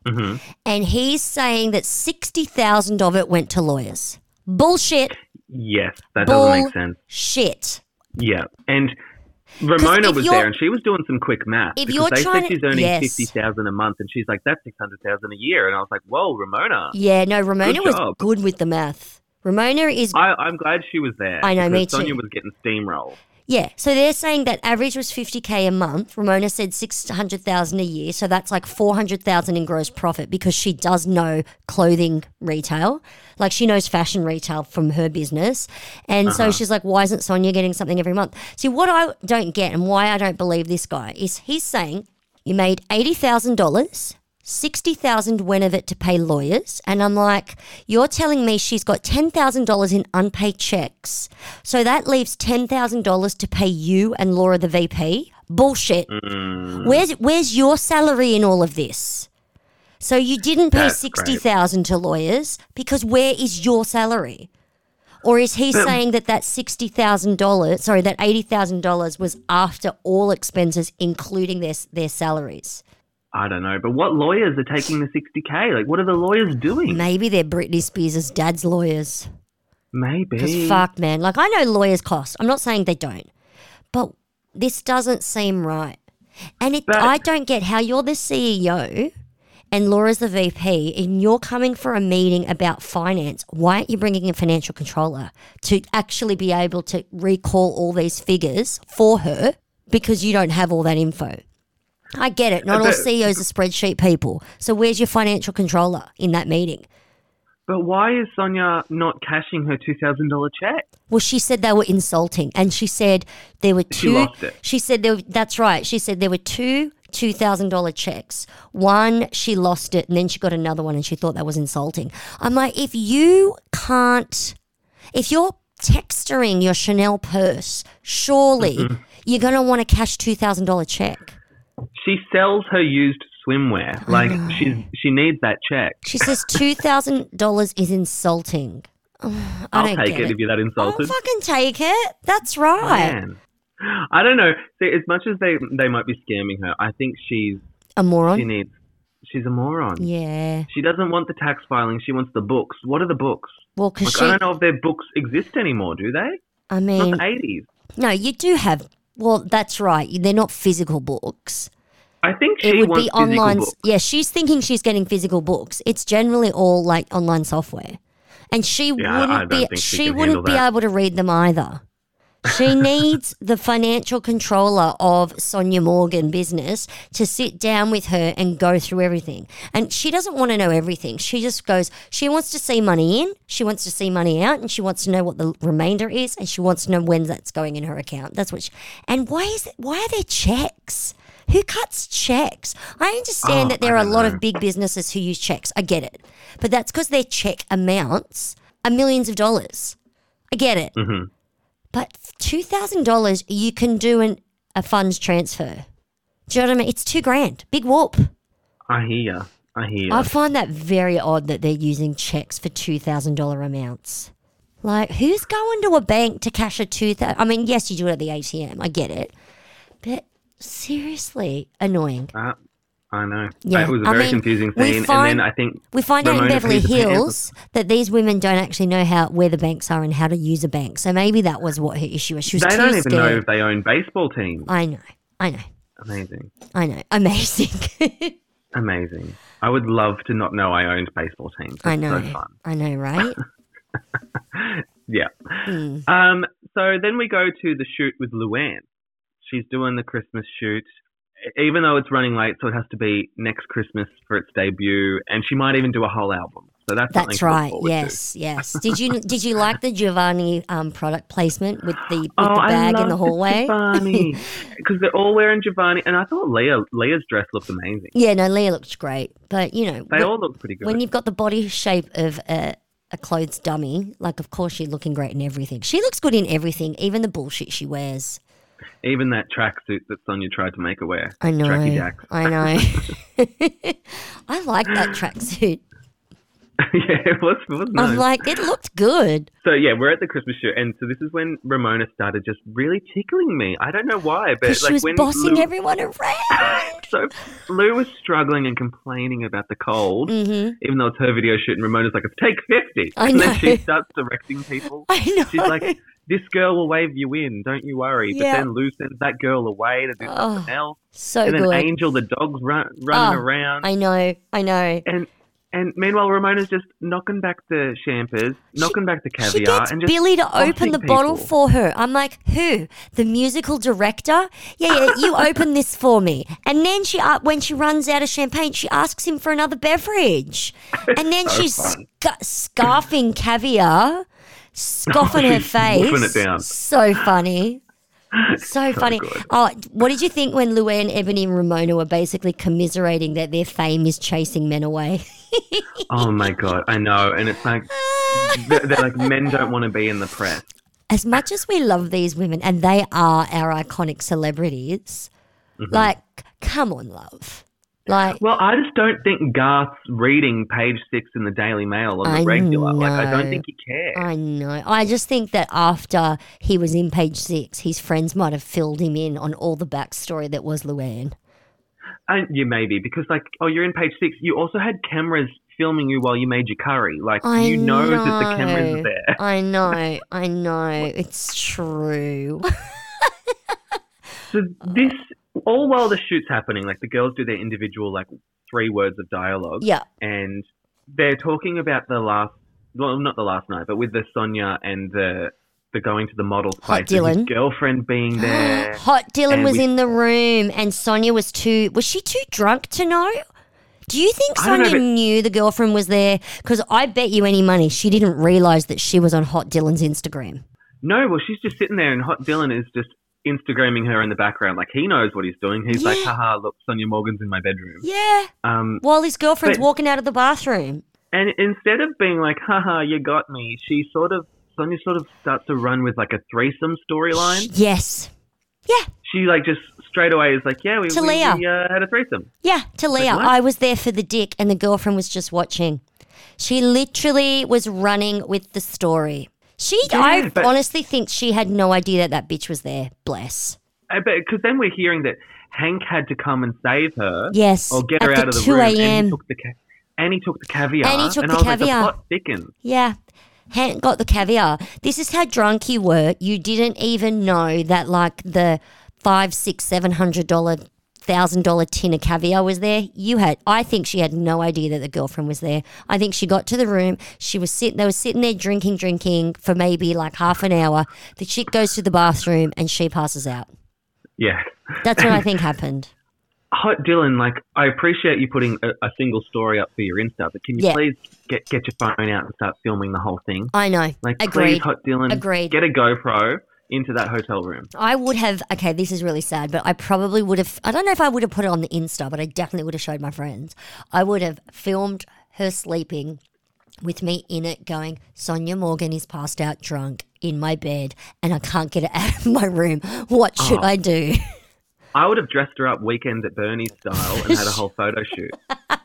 A: hmm
B: and he's saying that sixty thousand of it went to lawyers. Bullshit.
A: Yes, that doesn't
B: Bull-
A: make sense.
B: Shit.
A: Yeah, and Ramona
B: if
A: was
B: you're-
A: there, and she was doing some quick math
B: if
A: because
B: you're
A: they
B: trying
A: said
B: to-
A: she's earning
B: yes.
A: fifty thousand a month, and she's like, "That's six hundred thousand a year," and I was like, "Whoa, Ramona!"
B: Yeah, no, Ramona
A: Good
B: was
A: job.
B: good with the math. Ramona is
A: I, I'm glad she was there.
B: I know, me
A: because Sonia
B: too.
A: was getting steamrolled.
B: Yeah, so they're saying that average was 50k a month. Ramona said 600,000 a year, so that's like 400,000 in gross profit because she does know clothing retail. Like she knows fashion retail from her business. And so
A: Uh-huh.
B: she's like why isn't Sonia getting something every month? See, what I don't get and why I don't believe this guy is he's saying you made $80,000 Sixty thousand went of it to pay lawyers, and I'm like, you're telling me she's got ten thousand dollars in unpaid checks, so that leaves ten thousand dollars to pay you and Laura the VP. Bullshit. Where's where's your salary in all of this? So you didn't pay
A: That's right.
B: sixty thousand to lawyers because where is your salary? Or is he saying that that sixty thousand dollars, sorry, that eighty thousand dollars was after all expenses, including their s- their salaries?
A: I don't know. But what lawyers are taking the 60K? Like, what are the lawyers doing?
B: Maybe they're Britney Spears' dad's lawyers. Because
A: Maybe.
B: fuck, man. Like, I know lawyers cost. I'm not saying they don't. But this doesn't seem right. And it,
A: But-
B: I don't get how you're the CEO and Laura's the VP and you're coming for a meeting about finance. Why aren't you bringing a financial controller to actually be able to recall all these figures for her because you don't have all that info? I get it. Not all
A: But-
B: CEOs are spreadsheet people. So where's your financial controller in that meeting?
A: But why is Sonia not cashing her $2,000 check?
B: Well, she said they were insulting, and she said there were two.
A: She lost it.
B: she said there. That's right. She said there were two two thousand dollar checks. One, she lost it, and then she got another one, and she thought that was insulting. I'm like, if you can't, if you're texturing your Chanel purse, surely
A: Mm-hmm.
B: you're gonna want to cash two thousand dollar check.
A: She sells her used swimwear. Like, she's she needs that check. <laughs>
B: She says two thousand dollars is insulting. <sighs> Ugh, I
A: I'll
B: don't
A: take
B: get Oh,
A: it, if you're that
B: I'll
A: insulted.
B: fucking take it. That's right.
A: Man. I don't know. See, as much as they they might be scamming her, I think she's
B: A moron.
A: she needs she's a moron.
B: yeah.
A: She doesn't want the tax filing. She wants the books. What are the books?
B: Well, because
A: Like,
B: she. Eh.
A: I don't know if their books exist anymore. Do they?
B: I
A: Not
B: mean,
A: the eighties.
B: no, you do have. Well, that's right. They're not physical books.
A: I think
B: It
A: she
B: would
A: wants
B: be
A: physical
B: online.
A: books.
B: Yeah, she's thinking she's getting physical books. It's generally all like online software, and she
A: I- I
B: wouldn't
A: don't
B: be.
A: think she
B: She
A: can
B: wouldn't be
A: handle that.
B: able to read them either. She needs the financial controller of Sonia Morgan business to sit down with her and go through everything. And she doesn't want to know everything. She just goes, she wants to see money in, she wants to see money out, and she wants to know what the remainder is, and she wants to know when that's going in her account. That's what she, and why is it, why are there checks? Who cuts checks? I understand
A: Oh,
B: that there are
A: I
B: a
A: don't
B: lot
A: know.
B: of big businesses who use checks. I get it. But that's because their check amounts are millions of dollars. I get it.
A: Mhm.
B: But two thousand dollars, you can do an, a funds transfer. Do you know what I mean? It's two grand, big whoop.
A: I hear. ya. I hear. ya.
B: I find that very odd that they're using checks for two thousand dollar amounts. Like, who's going to a bank to cash a two thousand? I mean, yes, you do it at the ATM. I get it, but seriously, annoying.
A: Uh, I know.
B: Yeah,
A: It was a
B: I
A: very
B: mean,
A: confusing
B: we
A: scene.
B: find-
A: and then I think
B: We find out in
A: Ramona
B: Beverly
A: Peters-
B: Hills that these women don't actually know how where the banks are and how to use a bank. So maybe that was what her issue was. She was
A: They
B: too
A: don't even know
B: scared. Oh.
A: if they own baseball teams.
B: I know. I know.
A: Amazing.
B: I know. Amazing. <laughs>
A: Amazing. I would love to not know I owned baseball teams. It's
B: I know.
A: So fun.
B: I
A: <laughs>
B: know, right?
A: Yeah.
B: Mm.
A: Um, so then we go to the shoot with Luann. She's doing the Christmas shoot, E-, even though it's running late, so it has to be next Christmas for its debut, and she might even do a whole album. So that's something
B: That's
A: to look
B: right.
A: forward to.
B: Yes, yes. Did you did you like the Giovanni um, product placement with the with
A: Oh,
B: the bag
A: I love
B: in the hallway? <laughs>
A: Giovanni because they're all wearing Giovanni, and I thought Leah Leah's dress looked amazing.
B: Yeah, no, Leah looked great, but you know,
A: They
B: when,
A: all look pretty good.
B: when you've got the body shape of a, a clothes dummy, like of course she's looking great in everything. She looks good in everything, even the bullshit she wears.
A: Even that tracksuit that Sonia tried to make her wear.
B: I know.
A: Tracky jacks. <laughs>
B: I know. <laughs> I like that tracksuit.
A: <laughs> yeah, it was, it was nice.
B: I'm like, it looked good.
A: So yeah, we're at the Christmas shoot, and so this is when Ramona started just really tickling me. I don't know why, but
B: Because
A: like
B: she was
A: when
B: bossing
A: Lou,
B: everyone around. <laughs>
A: so Lou was struggling and complaining about the cold,
B: hmm
A: even though it's her video shoot, and Ramona's like, "It's take 50.
B: I
A: and
B: know.
A: then she starts directing people.
B: I know.
A: She's
B: <laughs>
A: like, "This girl will wave you in, don't you worry."
B: Yeah.
A: But then Lou sends that girl away to do
B: Oh,
A: something else,
B: so
A: and then
B: good.
A: Angel, the dog's run, running
B: Oh,
A: around,
B: I know, I know.
A: and And meanwhile, Ramona's just knocking back the champers, knocking back the caviar,
B: She gets
A: and just
B: Billy to open
A: bossing
B: the bottle
A: people.
B: for her. I'm like, who? The musical director? Yeah, yeah,
A: <laughs>
B: you open this for me. And then she, uh, when she runs out of champagne, she asks him for another
A: <laughs>
B: beverage. And then she's sc- scarfing caviar,
A: <laughs>
B: scoffing her
A: She's wolfing it
B: face.
A: down.
B: So funny.
A: <laughs>
B: So, funny.
A: good.
B: Oh, what did you think when Luann, Ebony, and Ramona were basically commiserating that their fame is chasing men away? <laughs>
A: Oh my god, I know, and it's like they're, they're like men don't want to be in the press.
B: as much as we love these women and they are our iconic celebrities, like, come on, love. Like,
A: Well, I just don't think Garth's reading page six in the Daily Mail on the
B: I
A: regular. Like, I
B: know.
A: don't think he cares.
B: I know. I just think that after he was in page six, his friends might have filled him in on all the backstory that was Luann.
A: And you maybe because like, oh, you're in page six. You also had cameras filming you while you made your curry. Like,
B: I
A: you know, that the cameras
B: know.
A: are there.
B: I know. I know. It's true.
A: So this, all while the shoot's happening, like the girls do their individual like three words of dialogue,
B: yeah.
A: and they're talking about the last, well, not the last night, but with the Sonia and the the going to the model
B: Hot
A: place, and his
B: Dylan.
A: girlfriend
B: <gasps>
A: being there.
B: Hot Dylan
A: And
B: was
A: we-
B: in the room, and Sonia was too. Was she too drunk to know? Do you think
A: I don't know,
B: Sonia
A: but-
B: knew the girlfriend was there? Because I bet you any money she didn't realize that she was on Hot Dylan's Instagram.
A: No, well, she's just sitting there, and Hot Dylan is just Instagramming her in the background. Like he knows what he's doing. He's like,
B: Yeah.
A: haha, look, Sonia Morgan's in my bedroom.
B: Yeah,
A: Um,
B: while his girlfriend's
A: But-
B: walking out of the bathroom.
A: And instead of being like, haha, you got me, she sort of, Sonia sort of starts to run with like a threesome storyline.
B: Yes, yeah,
A: She like just straight away is like, yeah, we, we,
B: Talia.
A: we, uh, had a threesome.
B: yeah. To Leah,
A: what?
B: I was there for the dick, and the girlfriend was just watching. She literally was running with the story. She, I
A: Yeah, but-
B: honestly think she had no idea that that bitch was there. Bless.
A: Because Uh, then we're hearing that Hank had to come and save her.
B: Yes,
A: Or get her
B: at
A: out of
B: the
A: the
B: 2
A: room. And
B: a.m..
A: he took the, ca- and he took the caviar.
B: And he took
A: and
B: the
A: I was
B: caviar.
A: like, the plot thickens.
B: Yeah. Hadn't got the caviar. This is how drunk you were. You didn't even know that like the five, six, seven hundred dollar thousand dollar tin of caviar was there. You had I think she had no idea that the girlfriend was there. I think she got to the room, she was sitting they were sitting there drinking, drinking for maybe like half an hour. The chick goes to the bathroom and she passes out.
A: Yeah.
B: That's what I think happened.
A: Hot Dylan, like, I appreciate you putting a, a single story up for your Insta, but can you
B: Yeah.
A: please get, get your phone out and start filming the whole thing?
B: I know.
A: Like, please,
B: Agreed.
A: Hot Dylan,
B: Agreed.
A: get a GoPro into that hotel room.
B: I would have okay, this is really sad, but I probably would have I don't know if I would have put it on the Insta, but I definitely would have showed my friends. I would have filmed her sleeping with me in it going, Sonia Morgan is passed out drunk in my bed and I can't get her <laughs> out of my room. What
A: Ah.
B: should I do? <laughs>
A: I would have dressed her up weekend at Bernie style and had a
B: <laughs>
A: whole photo shoot.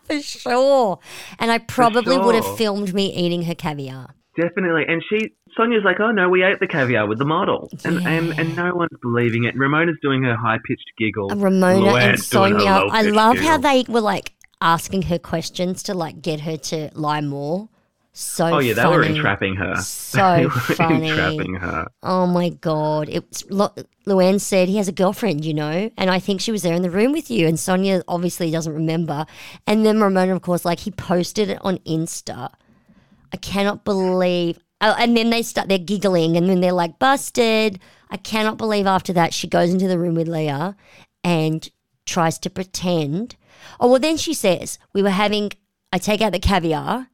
B: For sure. And I probably would have
A: sure.
B: filmed me eating her caviar.
A: Definitely. And she, Sonia's like, oh no, we ate the caviar with the model. And, and, and no one's believing it. Ramona's doing her high pitched giggle.
B: Ramona and
A: Luann's doing her
B: Sonia. I
A: low-pitched
B: love how
A: giggle.
B: they were like asking her questions to like get her to lie more. So
A: Oh yeah, they were
B: funny.
A: entrapping her. <laughs>
B: So
A: they were
B: funny.
A: entrapping her.
B: Oh my god! It was, Lu- Luann said he has a girlfriend, you know, and I think she was there in the room with you. And Sonia obviously doesn't remember. And then Ramona, of course, like he posted it on Insta. I cannot believe. Oh, and then they start they're giggling, and then they're like busted. I cannot believe after that she goes into the room with Leah and tries to pretend. Oh well, then she says we were having. I take out the caviar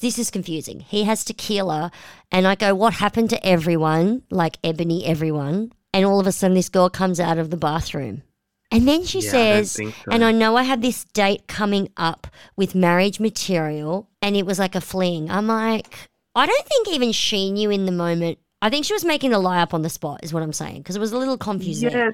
B: this is confusing. He has tequila, and I go, What happened to everyone? Like Ebony, everyone. And all of a sudden, this girl comes out of the bathroom. And then she
A: Yeah, I don't
B: says,
A: think so.
B: And I know I have this date coming up with marriage material, and it was like a fling. I'm like, I don't think even she knew in the moment. I think she was making a lie up on the spot, is what I'm saying, because it was a little confusing.
A: Yes,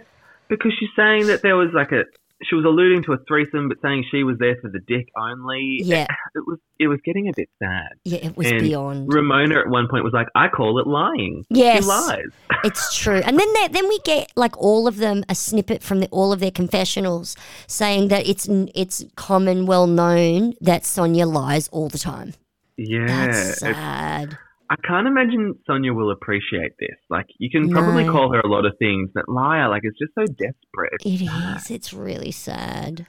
A: because she's saying that there was like a. She was alluding to a threesome, but saying she was there for the dick only.
B: Yeah.
A: It was it was getting a bit sad.
B: Yeah, it was
A: And
B: beyond.
A: <laughs> Ramona at one point was like, "I call it lying."
B: Yes.
A: she lies.
B: It's true. And then they, then we get like all of them a snippet from the, all of their confessionals saying that it's n- it's common, well known that Sonia lies all the time.
A: Yeah,
B: That's
A: it-
B: sad.
A: I can't imagine Sonia will appreciate this. Like, you can probably
B: No.
A: call her a lot of things, but liar, like, it's just so desperate.
B: It is. It's really sad.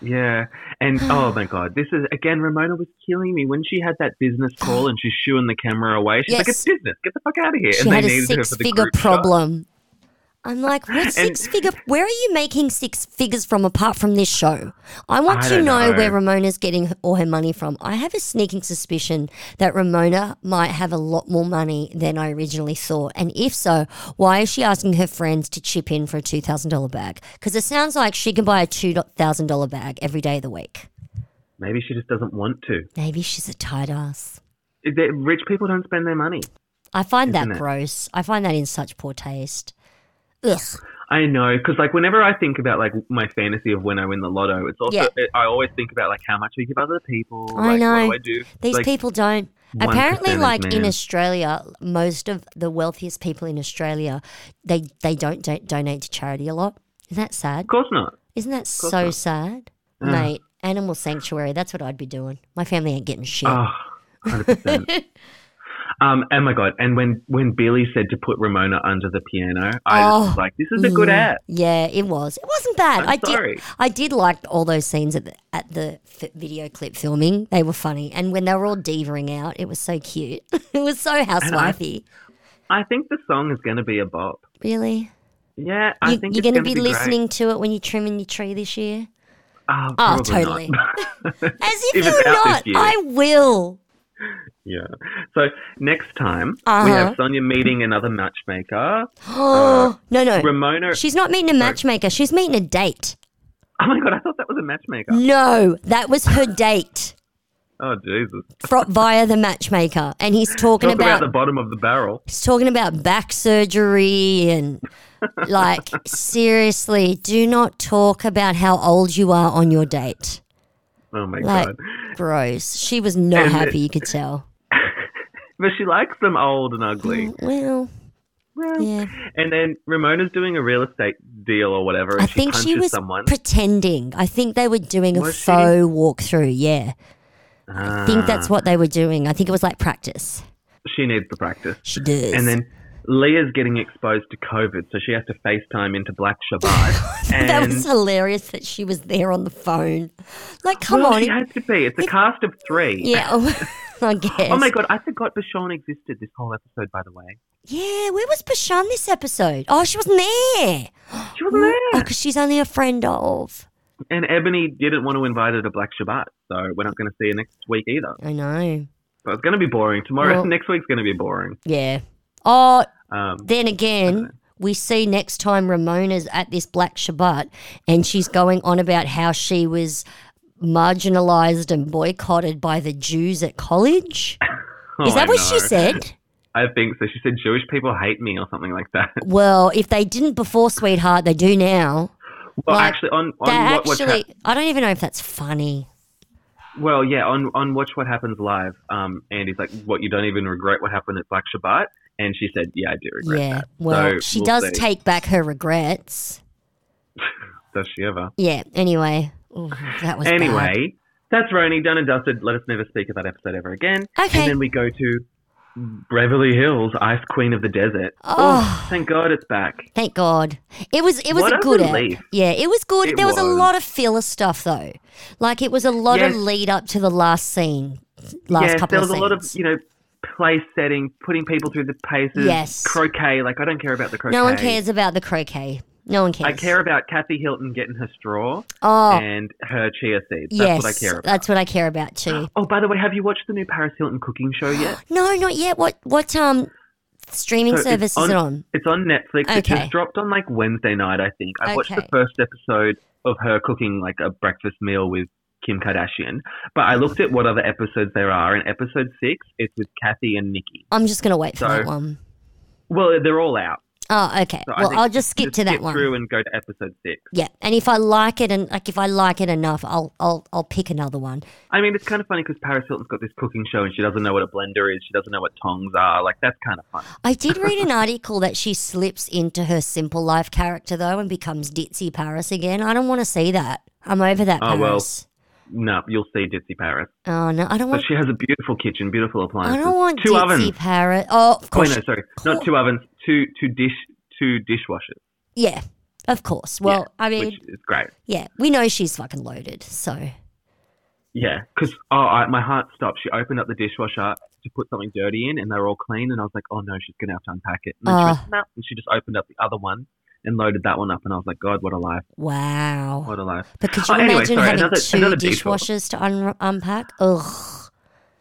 A: Yeah.
B: <sighs>
A: And oh my God, this is again, Ramona was killing me when she had that
B: <gasps>
A: business call and she's shooing the camera away. She's like, it's
B: Yes.
A: business, get the fuck out of here.
B: She
A: and
B: had
A: they
B: a
A: needed her
B: six
A: for the
B: figure
A: group shot.
B: problem. I'm like, what
A: And-
B: six figure? Where are you making six figures from apart from this show? I want
A: I
B: to
A: don't
B: know,
A: know.
B: where Ramona's getting her- all her money from. I have a sneaking suspicion that Ramona might have a lot more money than I originally thought. And if so, why is she asking her friends to chip in for a $2,000 bag? Because it sounds like she can buy a $2,000 bag every day of the week.
A: Maybe she just doesn't want to.
B: Maybe she's a tight ass.
A: They- Rich people don't spend their money.
B: I find
A: Isn't
B: that
A: it?
B: gross. I find that in such poor taste. Ugh.
A: I know, because like whenever I think about like my fantasy of when I win the lotto, it's also
B: Yeah.
A: it, I always think about like how much we give other people.
B: I
A: like,
B: know.
A: What do I do?
B: These
A: Like,
B: people don't.
A: 1%
B: Apparently,
A: is
B: like in
A: man.
B: Australia, most of the wealthiest people in Australia, they they don't do donate to charity a lot. Isn't that sad?
A: Of course not.
B: Isn't that so sad, mate? Animal sanctuary. That's what I'd be doing. My family ain't getting shit.
A: Oh,
B: <laughs>
A: 100%. um, oh my God. And when, when Billy said to put Ramona under the piano, I
B: Oh,
A: was just like, this is a good
B: yeah.
A: ad.
B: Yeah, it was. It wasn't bad.
A: I'm
B: I did.
A: sorry.
B: I did like all those scenes at the at the f- video clip filming. They were funny, and when they were all divering out, it was so cute. <laughs> it was so housewifey.
A: I think the song is going to be a bop.
B: Really.
A: Yeah, I
B: you,
A: think
B: you're
A: going to
B: be, listening to it when you're trimming your tree this year?
A: Oh,
B: Oh,
A: probably not.
B: totally. <laughs> As if,
A: If it's
B: you're
A: out this
B: not.
A: year.
B: I will.
A: <laughs> yeah. So next time
B: Uh-huh.
A: we have Sonia meeting another matchmaker.
B: Oh, no, no.
A: Ramona.
B: She's not meeting a matchmaker. She's meeting a date.
A: oh my god, I thought that was a matchmaker.
B: No, that was her date
A: Oh Jesus.
B: fro- via the matchmaker, and he's talking
A: Talk about
B: about,
A: the bottom of the barrel.
B: he's talking about back
A: <laughs>
B: surgery and like seriously, do not talk about how old you are on your date.
A: Oh my
B: Like,
A: god.
B: gross. She was not
A: And the-
B: happy. You could tell.
A: But she likes them old and ugly.
B: Well,
A: Well,
B: yeah.
A: And then Ramona's doing a real estate deal or whatever, and
B: I
A: she
B: think
A: punches
B: she was
A: someone.
B: pretending. I think they were doing a
A: Was she?
B: faux walkthrough. Yeah,
A: Ah,
B: I think that's what they were doing. I think it was like practice.
A: she needs the practice.
B: She does.
A: And then Leah's getting exposed to COVID, so she has to FaceTime into Black Shabbat. and
B: <laughs> <laughs> that was hilarious that she was there on the phone. Like, come
A: well,
B: on.
A: she has to be. It's a cast of three. <laughs>
B: yeah, oh, <laughs> I guess.
A: Oh my god, I forgot Bashawn existed this whole episode. By the way,
B: Yeah, where was Bashan this episode? Oh, she wasn't there.
A: she wasn't
B: Oh,
A: there.
B: because she's only a friend of.
A: And Ebony didn't want to invite her to Black Shabbat, so we're not going to see her next week either.
B: I know.
A: So it's going to be boring tomorrow. <laughs>
B: Well-
A: next week's going to be boring.
B: Yeah. Oh,
A: Um,
B: Then again, we see next time Ramona's at this Black Shabbat and she's going on about how she was marginalized and boycotted by the Jews at college. Is
A: oh,
B: that
A: I
B: what she
A: know.
B: said?
A: I think so. She said Jewish people hate me or something like that. <laughs>
B: Well, if they didn't before, sweetheart, they do now.
A: Well,
B: Like,
A: actually, on,
B: They
A: on what, what
B: actually, I don't even know if that's funny.
A: Well, yeah, on, on Watch What Happens Live, um, Andy's like, "What you don't even regret what happened at Black Shabbat," and she said, "Yeah, I do regret
B: Yeah.
A: that."
B: Well,
A: So
B: she
A: we'll
B: does
A: see.
B: take back her regrets.
A: Does she ever?
B: Yeah. Anyway, Ooh, that was bad.
A: Anyway, that's Roni done and dusted. Let us never speak of that episode ever again.
B: Okay.
A: And then we go to Beverly Hills, Ice Queen of the Desert.
B: Oh.
A: thank God it's back.
B: Thank God. It was it was
A: What
B: a
A: a
B: good ad.
A: relief.
B: Yeah, it was good.
A: It
B: there was. a
A: was.
B: lot of filler stuff though. Like it was a lot of
A: Yes.
B: lead up to the last scene. Last
A: yes,
B: couple
A: there was
B: of
A: a lot of
B: scenes.
A: you know place setting, putting people through the paces.
B: Yes.
A: croquet. Like I don't care about the croquet.
B: No one cares about the croquet. No one cares.
A: I care about Kathy Hilton getting her straw
B: Oh,
A: and her chia seeds. That's
B: yes.
A: what I care about.
B: That's what I care
A: <gasps>
B: about too.
A: Oh, by the way, have you watched the new Paris Hilton cooking show yet?
B: <gasps> No, not yet. What what um streaming
A: So it's
B: service is
A: on-
B: it on?
A: It's on Netflix. It
B: Okay.
A: just dropped on like Wednesday night, I think. I watched the
B: Okay.
A: first episode of her cooking like a breakfast meal with Kim Kardashian. But I looked at what other episodes there are, and episode six, it's with Kathy and Nikki.
B: I'm just gonna wait for
A: So-
B: that one.
A: Well, they're all out.
B: Oh, okay.
A: So I
B: well,
A: think
B: I'll just skip
A: just
B: to that
A: skip
B: one.
A: through and go to episode six.
B: Yeah, and if I like it, and like if I like it enough, I'll I'll I'll pick another one.
A: I mean, it's kind of funny because Paris Hilton's got this cooking show and she doesn't know what a blender is. She doesn't know what tongs are. Like, that's kind of fun.
B: I did read an article that she slips into her simple life character though and becomes ditzy Paris again. I don't want to see that. I'm over that
A: Oh, well.
B: Paris.
A: No, you'll see Ditzy Paris.
B: Oh no, I don't
A: But
B: want.
A: she has a beautiful kitchen, beautiful
B: I
A: appliances.
B: don't want
A: Two
B: ditzy
A: ovens.
B: Paris. Oh, of
A: Oh,
B: course.
A: no, sorry. Not two ovens, two two dish two dishwashers.
B: Yeah, Of course. Well, I mean,
A: which is great.
B: yeah, we know she's fucking loaded. So
A: Yeah, because oh, I, my heart stopped. She opened up the dishwasher to put something dirty in, and they were all clean. And I was like, oh no, she's gonna have to unpack it. And then she
B: Ah.
A: went, "Nah," and she just opened up the other one and loaded that one up. And I was like, God, what a life!
B: wow.
A: What a life! <laughs>
B: But could you
A: Oh, anyway,
B: imagine
A: sorry,
B: having
A: another-
B: two
A: another detour.
B: dishwashers to un- unpack? Ugh.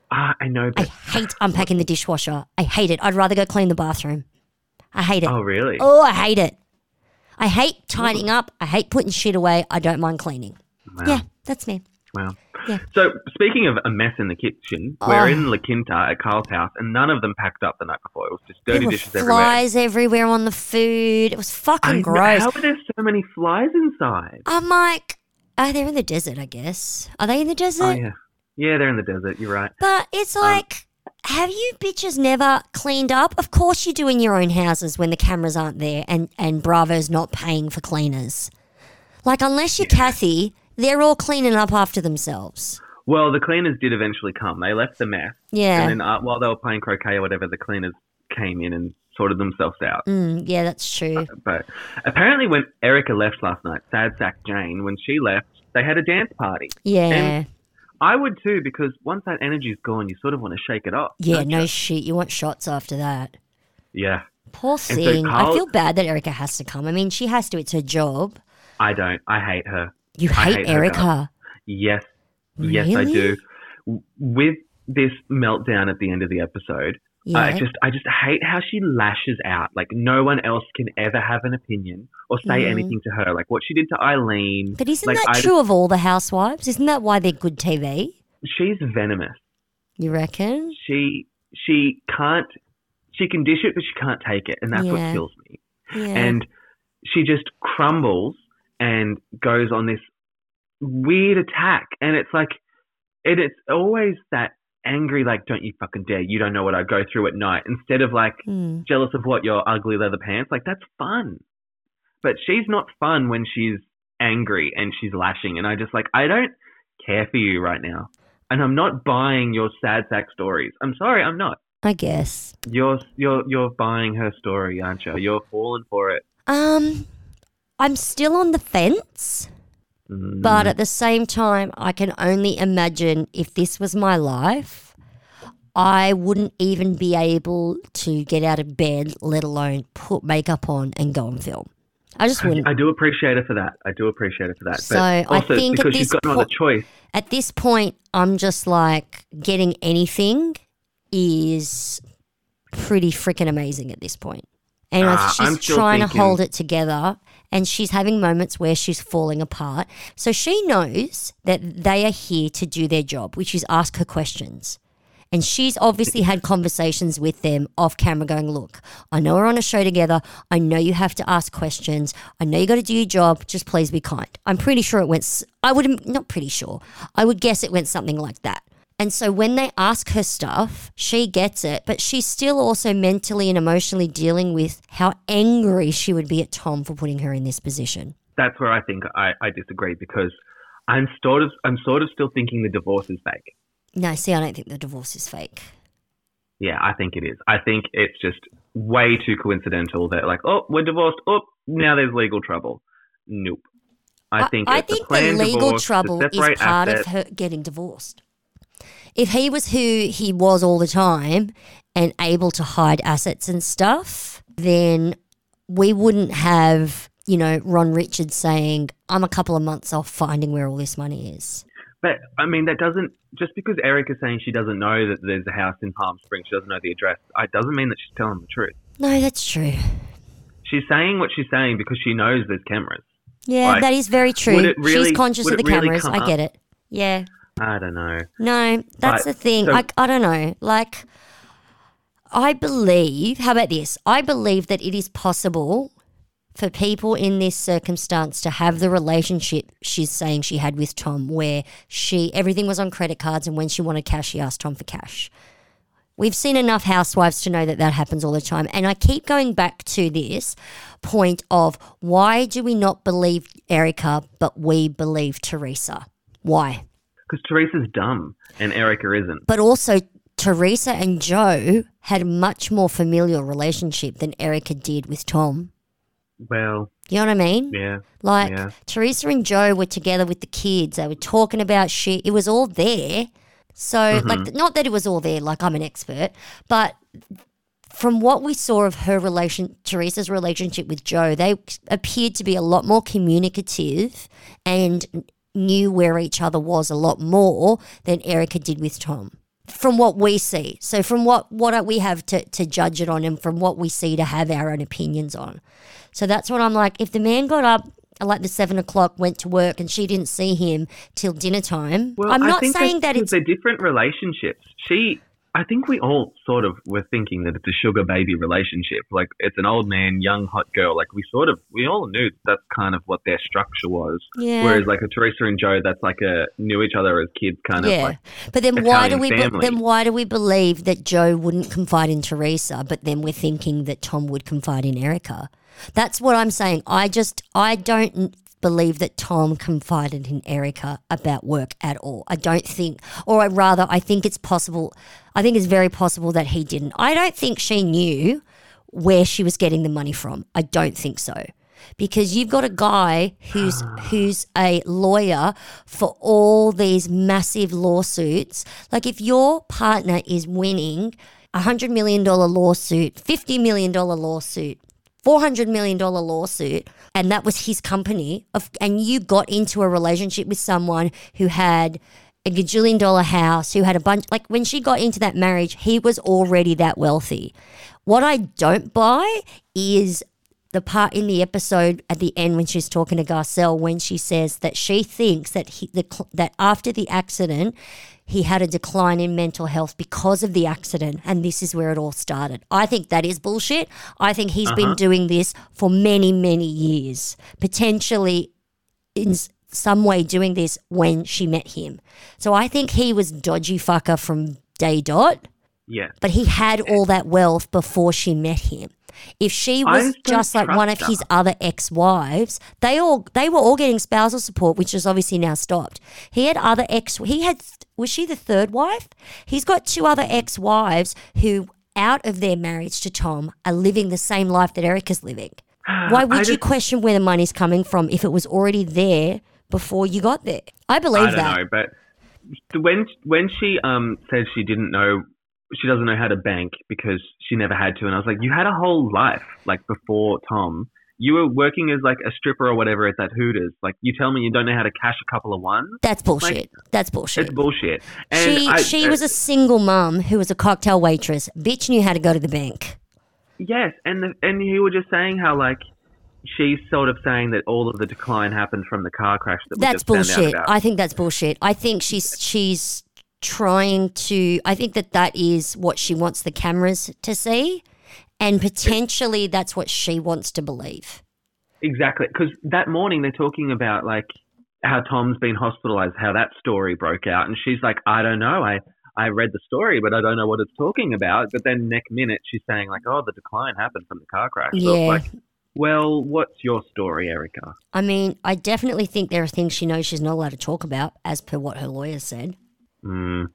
A: Ah, I know.
B: I
A: But,
B: hate unpacking the dishwasher. I hate it. I'd rather go clean the bathroom. I hate it.
A: oh really?
B: Oh, I hate it. I hate tidying up. I hate putting shit away. I don't mind cleaning.
A: Wow.
B: Yeah, that's me.
A: Wow.
B: Yeah.
A: So speaking of a mess in the kitchen, we're
B: Oh.
A: in La Quinta at Carl's house, and none of them packed up the night before. It was just dirty
B: There were
A: dishes everywhere.
B: flies everywhere on the food. It was
A: I
B: fucking
A: know,
B: gross.
A: How are there so many flies inside?
B: I'm like, oh, they're in the desert, I guess. Are they in the desert?
A: Oh yeah, Um, yeah, they're in the desert. You're right.
B: But it's like, have you bitches never cleaned up? Of course you do in your own houses when the cameras aren't there and, and Bravo's not paying for cleaners. Like, unless you're Kathy, they're all cleaning up after themselves.
A: Well, the cleaners did eventually come. They left the mess.
B: Yeah.
A: And then uh, while they were playing croquet or whatever, the cleaners came in and sorted themselves out.
B: Mm, yeah, that's true.
A: But apparently, when Erica left last night, Sad Sack Jane, when she left, they had a dance party.
B: Yeah.
A: And- I would too, because once that energy's gone, you sort of want to shake it off.
B: Yeah, no shit. You want shots after that.
A: Yeah,
B: Poor
A: so
B: thing. I
A: Carl-
B: feel bad that Erica has to come. I mean, she has to. It's her job.
A: I don't. I hate her.
B: You
A: I
B: hate,
A: hate her,
B: Erica.
A: Yes, yes, I
B: Really?
A: do. W- With this meltdown at the end of the episode,
B: Yeah.
A: I just, I just hate how she lashes out. Like no one else can ever have an opinion or say
B: Mhm.
A: anything to her. Like what she did to Eileen.
B: but isn't
A: like,
B: that
A: I-
B: true of all the housewives? Isn't that why they're good TV?
A: She's venomous.
B: You reckon?
A: she she can't she can dish it but she can't take it and that's
B: Yeah.
A: what kills me
B: Yeah.
A: and she just crumbles and goes on this weird attack and it's like and it's always that angry like don't you fucking dare you don't know what i go through at night instead of like
B: Mm.
A: jealous of what your ugly leather pants like that's fun but she's not fun when she's angry and she's lashing and i just like i don't care for you right now and i'm not buying your sad sack stories i'm sorry i'm not
B: I guess.
A: you're you're you're buying her story aren't you you're falling for it
B: Um, I'm still on the fence,
A: Mm.
B: but at the same time, I can only imagine if this was my life, I wouldn't even be able to get out of bed, let alone put makeup on and go and film. I just wouldn't.
A: I do appreciate her for that. I do appreciate her for that.
B: So, I
A: but also,
B: think at
A: because she's
B: this
A: got no other
B: point-
A: choice.
B: At this point, I'm just like getting anything is pretty freaking amazing at this point. And I-
A: Ah, I'm
B: she's
A: still
B: trying to
A: thinking-
B: hold it together and she's having moments where she's falling apart. So she knows that they are here to do their job, which is ask her questions. And she's obviously had conversations with them off camera going, Look, I know we're on a show together. I know you have to ask questions. I know you got to do your job. Just please be kind. I'm pretty sure it went, s- I would, not pretty sure. I would guess it went something like that. And so when they ask her stuff, she gets it, but she's still also mentally and emotionally dealing with how angry she would be at Tom for putting her in this position.
A: That's where I think I, I disagree because I'm sort of I'm sort of still thinking the divorce is fake.
B: No, see, I don't think the divorce is fake.
A: Yeah, I think it is. I think it's just way too coincidental that like, oh, we're divorced. Oh, now there's legal trouble. Nope. I think
B: I,
A: it's a
B: think the
A: planned
B: legal
A: divorce to
B: trouble is
A: separate
B: part
A: assets.
B: of her getting divorced. If he was who he was all the time and able to hide assets and stuff, then we wouldn't have, you know, Ron Richards saying, I'm a couple of months off finding where all this money is.
A: But I mean, that doesn't just because Erica's saying she doesn't know that there's a house in Palm Springs, she doesn't know the address. It doesn't mean that she's telling the truth.
B: No, that's true.
A: She's saying what she's saying because she knows there's cameras.
B: Yeah,
A: Like,
B: that is very true.
A: it really-
B: She's conscious
A: would
B: of the
A: it really
B: cameras.
A: come
B: I
A: up?
B: get it. Yeah.
A: I don't know.
B: No,
A: But-
B: that's the thing.
A: so-
B: I, I don't know. Like, I believe, how about this? I believe that it is possible for people in this circumstance to have the relationship she's saying she had with Tom, where she, everything was on credit cards, and when she wanted cash, she asked Tom for cash. We've seen enough housewives to know that that happens all the time. And I keep going back to this point of why do we not believe Erica, but we believe Teresa? Why?
A: Because Teresa's dumb and Erica isn't.
B: but also Teresa and Joe had a much more familial relationship than Erica did with Tom.
A: Well,
B: You know what I mean?
A: Yeah.
B: Like
A: Yeah.
B: Teresa and Joe were together with the kids. They were talking about shit. It was all there. So
A: Mm-hmm.
B: like not that it was all there like I'm an expert, but from what we saw of her relation Teresa's relationship with Joe, they appeared to be a lot more communicative and knew where each other was a lot more than Erica did with Tom. From what we see. So from what what we have to, to judge it on and from what we see to have our own opinions on. So that's what I'm like. If the man got up at like the seven o'clock, went to work, and she didn't see him till dinner time,
A: Well,
B: I'm
A: I
B: not
A: think
B: saying
A: that's
B: that
A: because
B: it's
A: they're different relationships. She, I think we all sort of were thinking that it's a sugar baby relationship. Like it's an old man, young hot girl. Like we sort of, we all knew that's kind of what their structure was.
B: Yeah.
A: Whereas like a Teresa and Joe, that's like a knew each other as kids, kind of
B: yeah.
A: like
B: but then why do
A: Italian
B: we be-
A: family.
B: then why do we believe that Joe wouldn't confide in Teresa, but then we're thinking that Tom would confide in Erica? That's what I'm saying. I just I don't n- believe that Tom confided in Erica about work at all. I don't think or I rather I think it's possible I think it's very possible that he didn't. I don't think she knew where she was getting the money from. I don't think so. Because you've got a guy who's who's a lawyer for all these massive lawsuits. Like if your partner is winning a hundred million dollar lawsuit, fifty million dollar lawsuit, four hundred million dollar lawsuit, and that was his company, of, and you got into a relationship with someone who had a gajillion dollar house, who had a bunch. Like when she got into that marriage, he was already that wealthy. What I don't buy is the part in the episode at the end when she's talking to Garcelle when she says that she thinks that he the, cl- that after the accident he had a decline in mental health because of the accident and this is where it all started. I think that is bullshit. I think he's been doing this for many many years. Potentially in s- some way doing this when she met him. So I think he was dodgy fucker from day dot
A: yeah.
B: but he had all that wealth before she met him. If she
A: I
B: was
A: just don't
B: just like one of
A: trust
B: his other ex-wives, they all they were all getting spousal support, which is obviously now stopped. He had other ex. He had was she the third wife? He's got two other ex-wives who, out of their marriage to Tom, are living the same life that
A: <sighs>
B: Erica's living. Why would
A: I
B: you
A: just-
B: question where the money's coming from if it was already there before you got there? I believe
A: I don't
B: that.
A: know, but when when she um says she didn't know, she doesn't know how to bank because she never had to, and I was like, you had a whole life like before Tom. You were working as like a stripper or whatever at that Hooters. Like you tell me you don't know how to cash a couple of ones.
B: That's bullshit. That's bullshit.
A: It's bullshit. And
B: She
A: I, uh,
B: she was a single mum who was a cocktail waitress. Bitch knew how to go to the bank.
A: yes, and the, and you were just saying how like. She's sort of saying that all of the decline happened from the car crash that we
B: That's
A: just found out
B: bullshit.
A: about.
B: I think that's bullshit. I think she's she's trying to. I think that that is what she wants the cameras to see, and potentially that's what she wants to believe.
A: Exactly, because that morning they're talking about like how Tom's been hospitalized, how that story broke out, and she's like, I don't know, I I read the story, but I don't know what it's talking about. But then next minute she's saying like, oh, the decline happened from the car crash. So
B: Yeah.
A: it's like, well, what's your story, Erica?
B: I mean, I definitely think there are things she knows she's not allowed to talk about, as per what her lawyer said.
A: Mm.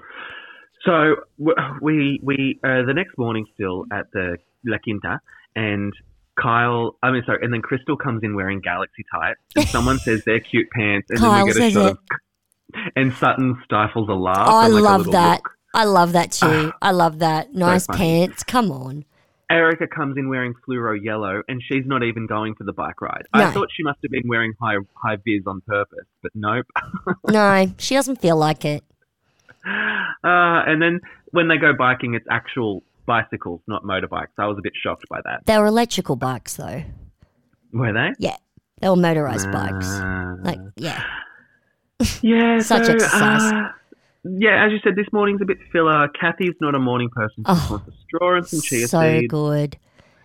A: So w- we we uh, the next morning still at the La Quinta, and Kyle, I mean sorry, and then Crystal comes in wearing galaxy tights,
B: <laughs>
A: and someone says they're cute pants, and then
B: Kyle
A: we get a
B: says
A: shot
B: it.
A: of, and Sutton stifles a laugh.
B: I
A: and, like, a
B: love
A: little
B: that.
A: look. Ah,
B: I love that too. I love that. Nice
A: funny.
B: pants. Come on.
A: Erica comes in wearing fluoro yellow, and she's not even going for the bike ride.
B: No.
A: I thought she must have been wearing high high vis on purpose, but nope.
B: No, she doesn't feel like it.
A: Uh, and then when they go biking, it's actual bicycles, not motorbikes. I was a bit shocked by that.
B: They were electrical bikes though.
A: Were they?
B: Yeah. They were motorized bikes.
A: Uh,
B: Like,
A: <sighs>
B: yeah.
A: yeah,
B: such
A: so,
B: exercise.
A: uh, yeah, as you said, this morning's a bit filler. Kathy's not a morning person. She
B: Oh,
A: wants a straw and some chia
B: so
A: seeds.
B: good.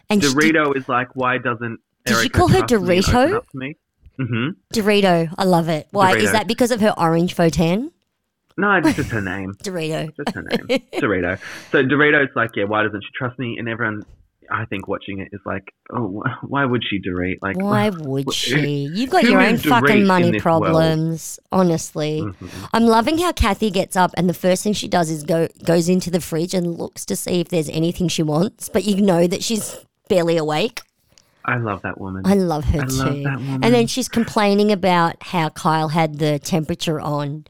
B: And she did-
A: Dorito is like, why doesn't
B: Did she
A: Erica
B: call her
A: trust me and
B: Dorito?
A: open up to me? hmm
B: Dorito, I love it. Why? Is
A: Dorito.
B: that because of her orange fotan?
A: No, it's just her name.
B: Dorito.
A: Just her
B: <laughs>
A: name. Dorito. So Dorito's like, yeah, why doesn't she trust me? And everyone, I think, watching it is like, oh, wh- why would she Dorito? Like, uh,
B: Why would
A: wh- <laughs>
B: she? You've got
A: who
B: your own
A: is Dorito
B: fucking
A: in
B: money
A: this world? Mm-hmm.
B: problems, honestly. I'm loving how Kathy gets up and the first thing she does is go goes into the fridge and looks to see if there's anything she wants, but you know that she's barely awake.
A: I love that woman.
B: I love her
A: I
B: too.
A: love that woman.
B: And then she's complaining about how Kyle had the temperature on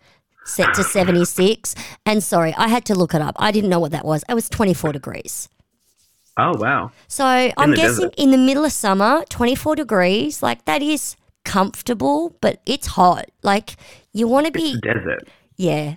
B: set to 76. And sorry, I had to look it up. I didn't know what that was. It was 24 degrees.
A: oh wow.
B: So I'm
A: the
B: guessing
A: desert.
B: in the middle of summer, 24 degrees, like that is comfortable, but it's hot. Like you want to be,
A: Desert.
B: yeah.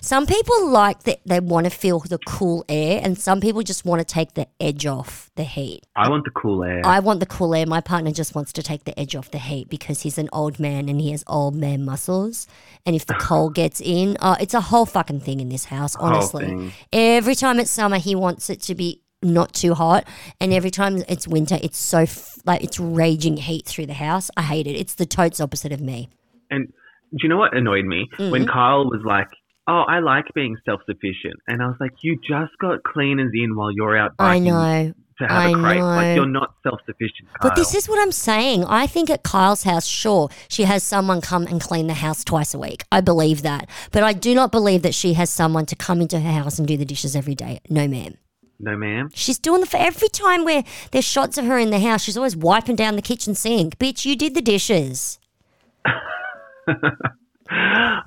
B: Some people like that they want to feel the cool air, and some people just want to take the edge off the heat.
A: I want the cool air.
B: I want the cool air. My partner just wants to take the edge off the heat because he's an old man and he has old man muscles. And if the cold gets in, uh, it's a whole fucking thing in this house, honestly.
A: thing.
B: Every time it's summer, he wants it to be not too hot. And every time it's winter, it's so, f- like, it's raging heat through the house. I hate it. It's the totes opposite of me.
A: And do you know what annoyed me?
B: Mm-hmm.
A: When Kyle was like, Oh, I like being self sufficient. And I was like, You just got cleaners in while you're out
B: I
A: biking
B: know.
A: to have
B: I
A: a crate.
B: know.
A: Like, you're not self sufficient, Kyle.
B: But this is what I'm saying. I think at Kyle's house, sure, she has someone come and clean the house twice a week. I believe that. But I do not believe that she has someone to come into her house and do the dishes every day. No, ma'am.
A: no, ma'am. <gasps>
B: She's doing the. For every time where there's shots of her in the house, she's always wiping down the kitchen sink. Bitch, you did the dishes.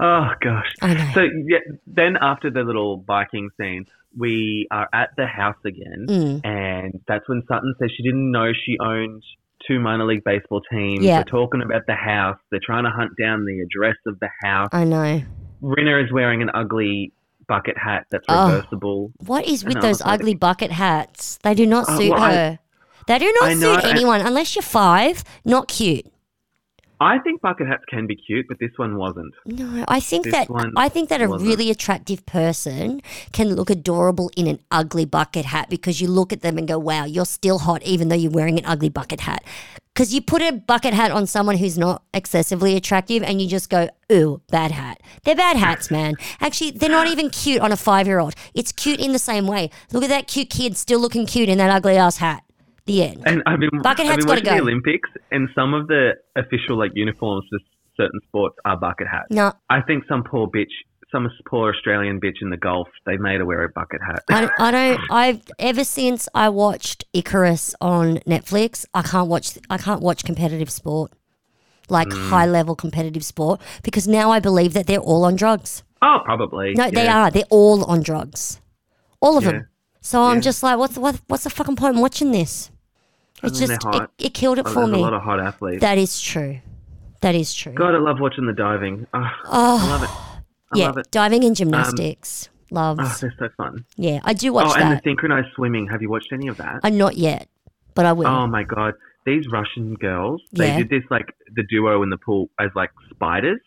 A: Oh, gosh.
B: I know.
A: So yeah, then after the little biking scene, we are at the house again.
B: Mm.
A: And that's when Sutton says she didn't know she owned two minor league baseball teams.
B: Yeah.
A: They're talking about the house. They're trying to hunt down the address of the house.
B: I know.
A: Rinna is wearing an ugly bucket hat that's
B: Oh.
A: reversible.
B: What is with
A: know,
B: those
A: I was like-
B: ugly bucket hats? They do not
A: Uh,
B: suit
A: well, I-
B: her. they do not
A: I know,
B: suit
A: and-
B: anyone unless you're five. Not cute.
A: I think bucket hats can be cute, but this one wasn't.
B: No, I think
A: This
B: that
A: one
B: I think that a
A: wasn't.
B: really attractive person can look adorable in an ugly bucket hat because you look at them and go, "Wow, you're still hot even though you're wearing an ugly bucket hat." Cuz you put a bucket hat on someone who's not excessively attractive and you just go, "Ooh, bad hat." They're bad hats, man. Actually, they're not even cute on a 5-year-old. It's cute in the same way. Look at that cute kid still looking cute in that ugly ass hat. The end.
A: And I've been,
B: Bucket
A: I've been
B: hats gotta
A: watching the
B: go.
A: Olympics, and some of the official like uniforms for certain sports are bucket hats.
B: No,
A: I think some poor bitch, some poor Australian bitch in the Gulf, they made her wear a bucket hat.
B: I don't, I don't. I've ever since I watched Icarus on Netflix, I can't watch. I can't watch competitive sport, like
A: Mm.
B: high level competitive sport, because now I believe that they're all on drugs.
A: oh, probably.
B: No, they
A: yeah.
B: are. They're all on drugs, all of
A: Yeah.
B: them. So I'm just like, what's what, what's the fucking point in watching this? It's
A: mean,
B: just
A: they're
B: it,
A: hot.
B: it killed it
A: Oh,
B: for
A: There's
B: me.
A: a lot of hot athletes.
B: that is true. That is true.
A: God, I love watching the diving. Oh,
B: Oh,
A: I love it. I
B: yeah,
A: love it. Um,
B: diving and gymnastics, loves.
A: Oh, they're so fun.
B: yeah, I do watch
A: oh, and
B: that.
A: the synchronized swimming. Have you watched any of that?
B: I not yet, but I will.
A: Oh my god, these Russian girls, they
B: Yeah.
A: did this like the duo in the pool as like spiders.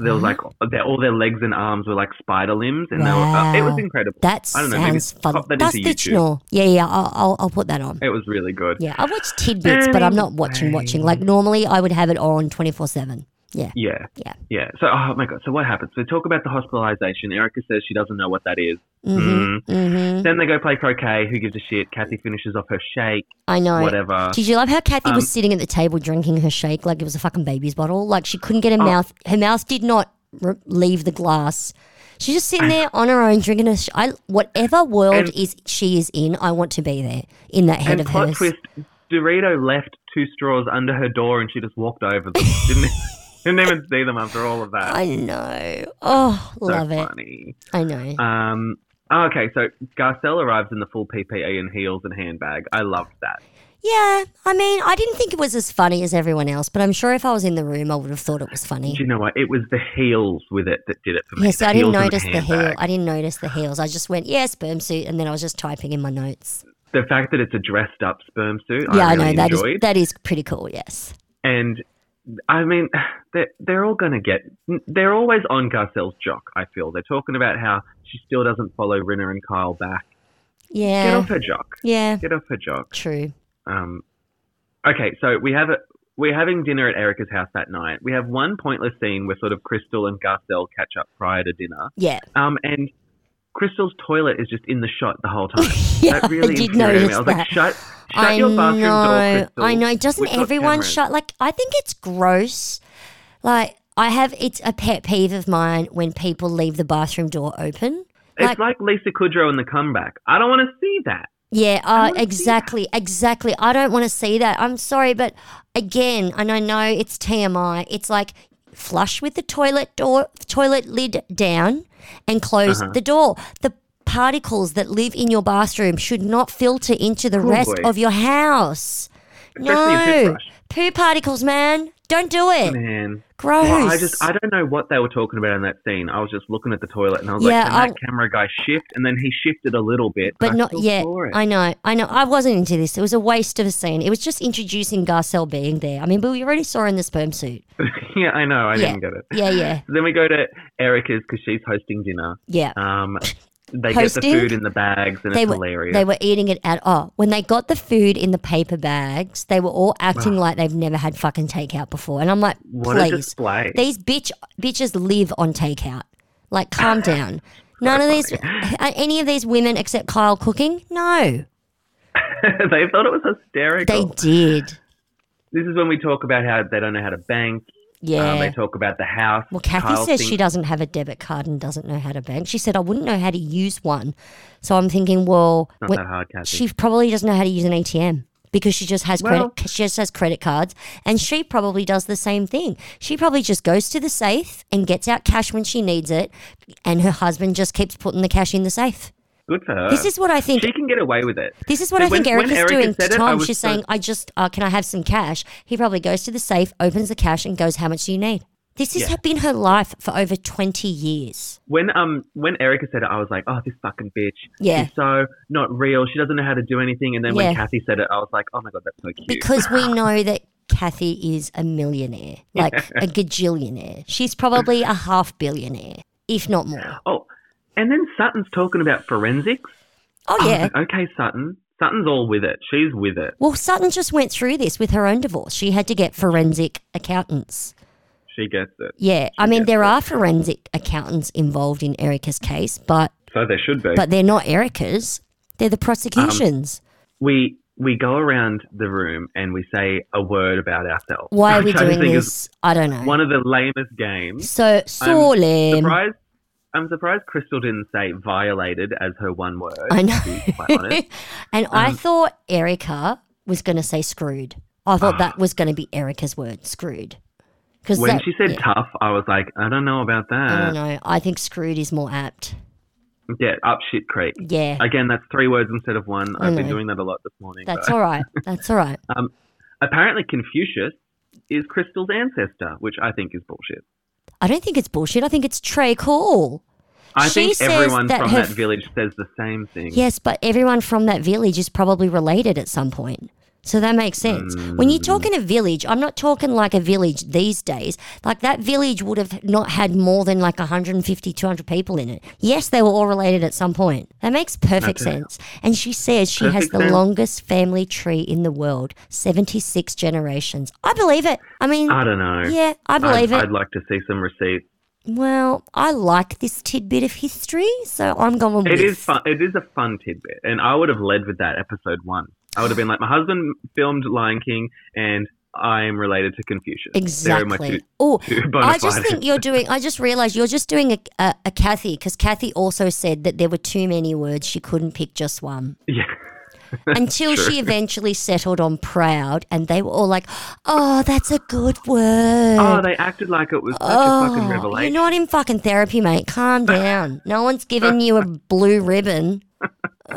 A: There was like their, all their legs and arms were like spider limbs, and they were, uh, it
B: Wow.
A: was incredible.
B: That
A: I don't know, maybe
B: sounds
A: pop
B: fun.
A: that
B: That's
A: into YouTube.
B: fictional. Yeah, yeah. I'll, I'll, I'll put that on.
A: It was really good.
B: Yeah, I watch tidbits, but I'm not watching. Watching like normally, I would have it on twenty four seven. Yeah,
A: Yeah.
B: Yeah.
A: Yeah. So, oh my God. So, what happens? They talk about the hospitalization. Erica says she doesn't know what that is. Mm-hmm. Mm.
B: Mhm. hmm
A: Then they go play croquet. Who gives a shit? Kathy finishes off her shake,
B: I know.
A: whatever. Um,
B: Did you love how Kathy was sitting at the table drinking her shake like it was a fucking baby's bottle? Like she couldn't
A: Oh.
B: get her mouth. Her mouth did not re- leave the glass. She's just
A: <sighs>
B: sitting there on her own drinking her. Sh- I, whatever world
A: And-
B: is she is in, I want to be there in that head
A: and
B: of
A: plot
B: hers.
A: twist Dorito left two straws under her door and she just walked over
B: <laughs>
A: them. didn't, didn't even see them after all of that.
B: I know. Oh,
A: so
B: love it.
A: funny.
B: I know.
A: Um, okay, so Garcelle arrives in the full PPE and heels and handbag. I loved that.
B: Yeah, I mean, I didn't think it was as funny as everyone else, but I'm sure if I was in the room, I would have thought it was
A: Do
B: funny.
A: you know what? It was the heels with it that did it for me.
B: Yes,
A: The
B: I didn't
A: heels and
B: notice the heel.
A: handbag.
B: I didn't notice the heels. I just went, yeah, sperm suit, and then I was just typing in my notes.
A: The fact that it's a dressed up sperm suit,
B: yeah,
A: I,
B: I,
A: really
B: know that is
A: enjoyed.
B: that is pretty cool. Yes,
A: And I mean, they're, they're all going to get. They're always on Garcelle's jock. I feel they're talking about how she still doesn't follow Rinna and Kyle back. Get
B: yeah,
A: off her jock.
B: yeah,
A: Get off her jock.
B: true.
A: Um, okay, so we have a. We're having dinner at Erica's house that night. We have one pointless scene where sort of Crystal and Garcelle catch up prior to dinner.
B: Yeah,
A: Um, and Crystal's toilet is just in the shot the whole time.
B: <laughs> yeah,
A: that really
B: I did
A: infuriated me.
B: notice
A: I was
B: that.
A: like, shut, shut
B: I
A: your bathroom
B: know,
A: door, Crystal.
B: I know. Doesn't
A: We've got
B: everyone
A: cameras."
B: shut? Like, I think it's gross. Like, I have it's a pet peeve of mine when people leave the bathroom door open.
A: It's like Lisa Kudrow in the comeback. I don't want to see that.
B: Yeah, uh, exactly, exactly. I don't want to see that. I'm sorry, but again, and I know it's TMI. It's like flush with the toilet door, toilet lid down, and close
A: Uh-huh.
B: the door. The particles that live in your bathroom should not filter into the rest
A: boy.
B: of your house.
A: Especially a
B: no,
A: toothbrush.
B: poo particles, man. Don't do it.
A: Man.
B: Gross.
A: Well, I just I don't know what they were talking about in that scene. I was just looking at the toilet and I was
B: Yeah,
A: like, can
B: I'll-
A: that camera guy shift? And then he shifted a little bit,
B: but
A: and I
B: not
A: still
B: yet.
A: saw it.
B: I know, I know. I wasn't into this. It was a waste of a scene. It was just introducing Garcelle being there. I mean, but we already saw her in the sperm suit.
A: <laughs> yeah, I know. I
B: Yeah.
A: didn't get it.
B: Yeah, yeah,
A: <laughs> Then we go to Erica's because she's hosting dinner.
B: yeah. <laughs>
A: Um, they
B: Hosting?
A: get the food in the bags and
B: they
A: it's
B: were
A: hilarious.
B: they were eating it at oh when they got the food in the paper bags. They were all acting like they've never had fucking takeout before, and I'm like,
A: what a
B: please,
A: display!
B: these bitch bitches live on takeout. Like, calm
A: <laughs>
B: down. None of these, are any of these women except Kyle cooking? No,
A: <laughs> they thought it was
B: they
A: hysterical. Uh,
B: did.
A: This is when we talk about how they don't know how to bank.
B: Yeah.
A: Um, they talk about the house.
B: Well, Kathy
A: Kyle
B: says
A: thinks-
B: she doesn't have a debit card and doesn't know how to bank. She said, I wouldn't know how to use one. So I'm thinking, well,
A: Not
B: when-
A: that hard, Kathy.
B: she probably doesn't know how to use an ATM because she just has
A: Well-
B: credit she just has credit cards and she probably does the same thing. She probably just goes to the safe and gets out cash when she needs it and her husband just keeps putting the cash in the safe.
A: Good for her.
B: This is what I think
A: she can get away with it.
B: this is what
A: So
B: I think
A: when- when
B: Erica's
A: Erica
B: doing to
A: said it, I
B: Tom.
A: was
B: She's
A: so-
B: saying, I just, uh, can I have some cash? He probably goes to the safe, opens the cash, and goes, How much do you need? This has
A: Yeah.
B: been her life for over 20 years.
A: When um when Erica said it, I was like, oh, this fucking bitch.
B: Yeah.
A: She's so not real. She doesn't know how to do anything. And then when
B: Yeah.
A: Kathy said it, I was like, oh my god, that's so cute.
B: Because
A: <laughs>
B: we know that Kathy is a millionaire, like a gajillionaire. She's probably a half billionaire, if not more.
A: oh, and then Sutton's talking about forensics.
B: Oh,
A: I was
B: yeah.
A: like, okay, Sutton. Sutton's all with it. She's with it.
B: Well, Sutton just went through this with her own divorce. She had to get forensic accountants.
A: She gets it.
B: Yeah. I mean, there are forensic accountants involved in Erica's case, but
A: So there should be.
B: but they're not Erica's. They're the prosecution's.
A: Um, we we go around the room and we say a word about ourselves.
B: Why are we
A: which I
B: doing
A: think is
B: this? I don't know.
A: One of the lamest games.
B: so so lame.
A: Surprised. I'm surprised Crystal didn't say violated as her one word.
B: I
A: to be
B: <laughs>
A: quite
B: know.
A: honest.
B: and I
A: Um,
B: thought Erica was going to say screwed. I thought that was going to be Erica's word, screwed. Because
A: Ah. When she said tough, I was like, I don't know about
B: I don't
A: that.
B: know. I think screwed is more apt.
A: Yeah, up shit creek.
B: Yeah.
A: Again, that's three words instead of one.
B: I
A: I've been
B: know.
A: doing that a lot this morning.
B: that's
A: but- <laughs>
B: all right. That's all right.
A: Um, Apparently, Confucius is Crystal's ancestor, which I think is bullshit.
B: I don't think it's bullshit. I think it's Trey Call.
A: I
B: She
A: think
B: says
A: everyone
B: that
A: from
B: her
A: that
B: f-
A: village says the same thing.
B: Yes, but everyone from that village is probably related at some point. So that makes sense. When you're talking a village, I'm not talking like a village these days. Like that village would have not had more than like 150, 200 people in it. Yes, they were all related at some point. That makes perfect sense. And she says she has
A: Perfect
B: the
A: sense.
B: longest family tree in the world 76 generations. I believe it. I mean,
A: I don't know.
B: yeah, I believe
A: I'd,
B: it.
A: I'd like to see some receipts.
B: well, I like this tidbit of history, so I'm going with
A: It is fun. It is a fun tidbit, and I would have led with that episode one. I would have been like, my husband filmed Lion King, and I am related to Confucius. There are my
B: Exactly.
A: two-
B: Oh,
A: two bona
B: I just think
A: fides.
B: you're doing. I just realized you're just doing a, a, a Kathy because Kathy also said that there were too many words she couldn't pick just
A: <laughs>
B: one
A: <laughs> Yeah.
B: until she eventually settled on proud, and they were all like, "Oh, that's a good word."
A: Oh, they acted like it was such a fucking
B: Oh,
A: revelation.
B: You're not in fucking therapy, mate. Calm down. no one's giving you a blue ribbon.
A: So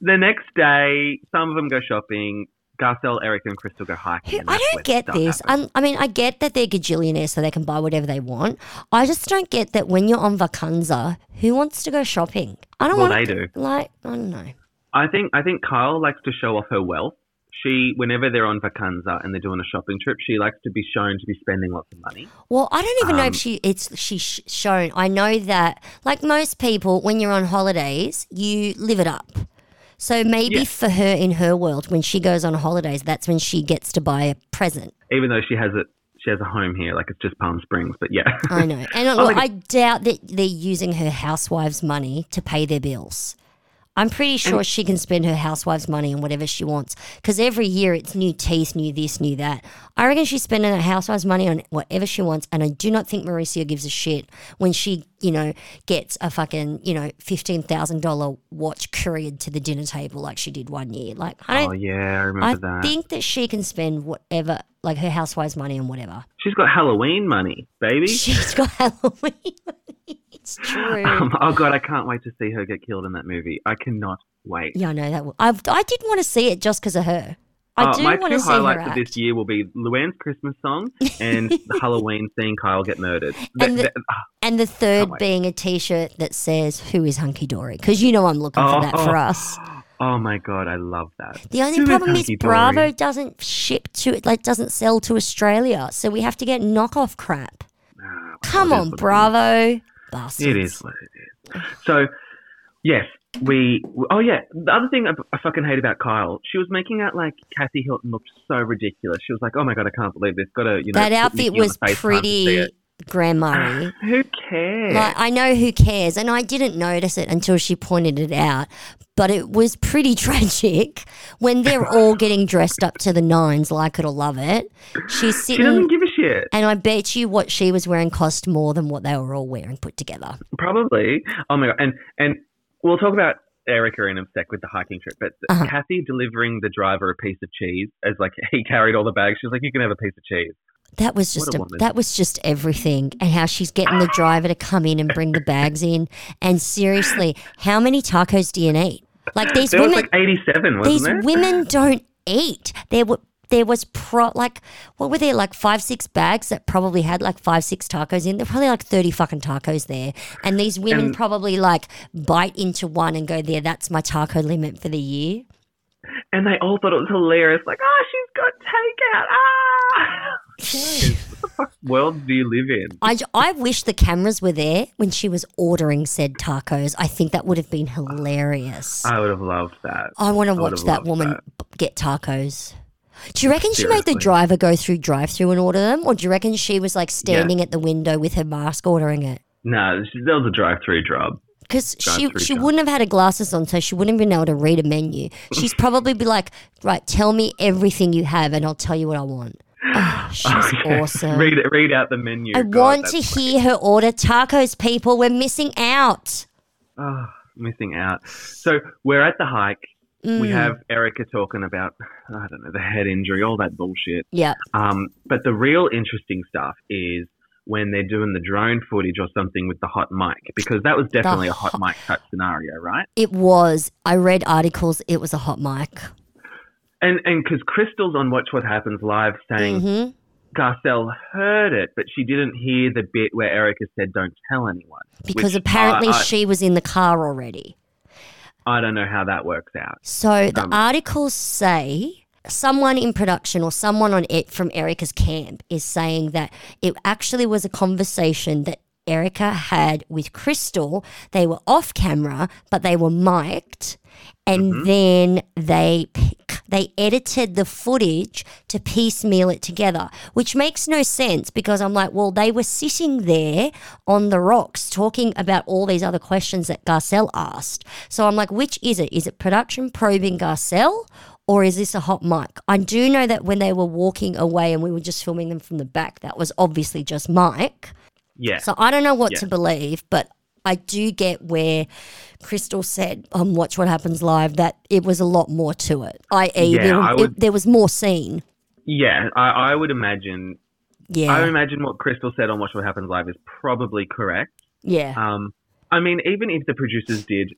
A: the next day, some of them go shopping. Garcelle, Eric, and Crystal go hiking.
B: Who-
A: and
B: I
A: that's
B: don't
A: when
B: get
A: stuff
B: this.
A: happens.
B: i I mean, I get that they're gajillionaires, so they can buy whatever they want. I just don't get that when you're on vacanza, who wants to go shopping? I don't
A: Well,
B: want.
A: they do.
B: Like, I don't know.
A: I think I think Kyle likes to show off her wealth. She, whenever they're on vacanza and they're doing a shopping trip, she likes to be shown to be spending lots of money.
B: Well, I don't even know
A: Um,
B: if she it's she's sh- shown. I know that, like most people, when you're on holidays, you live it up. So maybe
A: Yeah.
B: for her in her world, when she goes on holidays, that's when she gets to buy a present.
A: Even though she has it, she has a home here, like it's just Palm Springs. But
B: <laughs>
A: yeah, <laughs>
B: I
A: Oh
B: know. And
A: like
B: look,
A: it.
B: I doubt that they're using her housewives' money to pay their bills. I'm pretty sure she can spend her housewife's money on whatever she wants because every year it's new teeth, new this, new that. I reckon she's spending her housewife's money on whatever she wants, and I do not think Mauricio gives a shit when she, you know, gets a fucking, you know, fifteen thousand dollar watch couriered to the dinner table like she did one year. Like I
A: Oh
B: don't,
A: yeah, I remember
B: I
A: that.
B: think that she can spend whatever, like her housewife's money on whatever.
A: She's got Halloween money, baby.
B: She's got <laughs> Halloween. it's true.
A: <laughs> Um, oh god, I can't wait to see her get killed in that movie. I cannot wait.
B: Yeah, I know that. I I did want to see it just because of her. I
A: Uh,
B: do
A: my
B: want
A: two
B: to see her
A: highlights
B: act.
A: of this year will be Luann's Christmas
B: <laughs>
A: song and the Halloween seeing Kyle get murdered. Th-
B: And the-
A: th-
B: and the third
A: wait.
B: being a T-shirt that says "Who is Hunky Dory?" Because you know I'm looking for that for us.
A: oh my god, I love that.
B: The only
A: Who is
B: problem is
A: Hunky Dory?
B: Bravo doesn't ship to it, like doesn't sell to Australia, so we have to get knockoff crap.
A: Ah,
B: Come
A: it is
B: on,
A: what it is.
B: Bravo, bastards!
A: It is what it is. So, yes, we. Oh yeah, the other thing I, I fucking hate about Kyle, she was making out like Kathy Hilton looked so ridiculous. She was like, "Oh my god, I can't believe this." Got to you know.
B: that
A: put
B: outfit
A: Nikki on
B: was
A: the FaceTime to see
B: pretty
A: it. <sighs>
B: grandma
A: Who cares?
B: Like, I know who cares, and I didn't notice it until she pointed it out. But it was pretty <laughs> tragic when they're all getting dressed up to the nines, like it'll love it. She's
A: she doesn't
B: sitting,
A: give a shit.
B: and I bet you what she was wearing cost more than what they were all wearing put together.
A: Probably. Oh my god. And and we'll talk about Erica in a sec with the hiking trip, but
B: Uh-huh.
A: Kathy delivering the driver a piece of cheese as like <laughs> he carried all the bags. She was like, "You can have a piece of cheese."
B: That was
A: What
B: just
A: a
B: a,
A: woman.
B: that was just everything, and how she's getting the driver to come in and bring the bags in. And seriously, how many tacos do you need? Like these
A: There
B: women,
A: was like eighty-seven, wasn't
B: These
A: there? <laughs>
B: women don't eat. There were there was pro like what were there like five six bags that probably had like five six tacos in. There were probably like thirty fucking tacos there, and these women
A: And-
B: probably like bite into one and go there. That's my taco limit for the year.
A: and they all thought it was hilarious. Like, "Oh, she's got takeout!" Ah. <laughs> World do you live in?
B: I, j- I wish the cameras were there when she was ordering said tacos. I think that would have been hilarious.
A: I would have loved that.
B: I want to
A: would
B: watch
A: have
B: that
A: loved
B: woman
A: that.
B: b get tacos. Do you reckon she made the
A: Seriously.
B: driver go through drive-through and order them, or do you reckon she was like standing at the window with her mask ordering it?
A: No, she- that was a drive-through job.
B: Because she
A: Drive-through
B: she
A: job.
B: wouldn't have had her glasses on, so she wouldn't have been able to read a menu. She's probably be like, "Right, tell me everything you have, and I'll tell you what I
A: <sighs>
B: want." Oh, she's
A: Okay. <laughs>
B: awesome.
A: Read read out the menu.
B: I
A: God,
B: want to
A: that's-
B: hear her order tacos. People, we're missing out.
A: Oh, missing out. So we're at the hike. We
B: Mm.
A: have Erica talking about, I don't know, the head injury, all that bullshit.
B: Yeah,
A: Um, but the real interesting stuff is when they're doing the drone footage or something with the hot mic, because that was definitely a hot
B: hot-
A: mic type scenario, right?
B: it was. I read articles. It was a hot mic.
A: And and because Crystal's on Watch What Happens Live saying
B: hmm
A: Garcelle heard it, but she didn't hear the bit where Erica said, "Don't tell anyone," which
B: because
A: uh,
B: apparently
A: I, I,
B: she was in the car already.
A: I don't know how that works out.
B: So the
A: Um,
B: articles say someone in production or someone on it from Erica's camp is saying that it actually was a conversation that Erica had with Crystal. They were off camera, but they were mic'd, and then they pick, they edited the footage to piecemeal it together, which makes no sense because I'm like, well, they were sitting there on the rocks talking about all these other questions that Garcelle asked. So I'm like, which is it? Is it production probing Garcelle? Or is this a hot mic? I do know that when they were walking away and we were just filming them from the back, that was obviously just Mike.
A: Yeah,
B: So I don't know what
A: Yeah.
B: to believe, but I do get where Crystal said on Watch What Happens Live that it was a lot more to it, i.e.,
A: Yeah,
B: there,
A: I
B: it-
A: would-
B: there was more scene.
A: yeah, I, I would imagine
B: Yeah.
A: I imagine what Crystal said on Watch What Happens Live is probably correct.
B: yeah.
A: Um, I mean, even if the producers did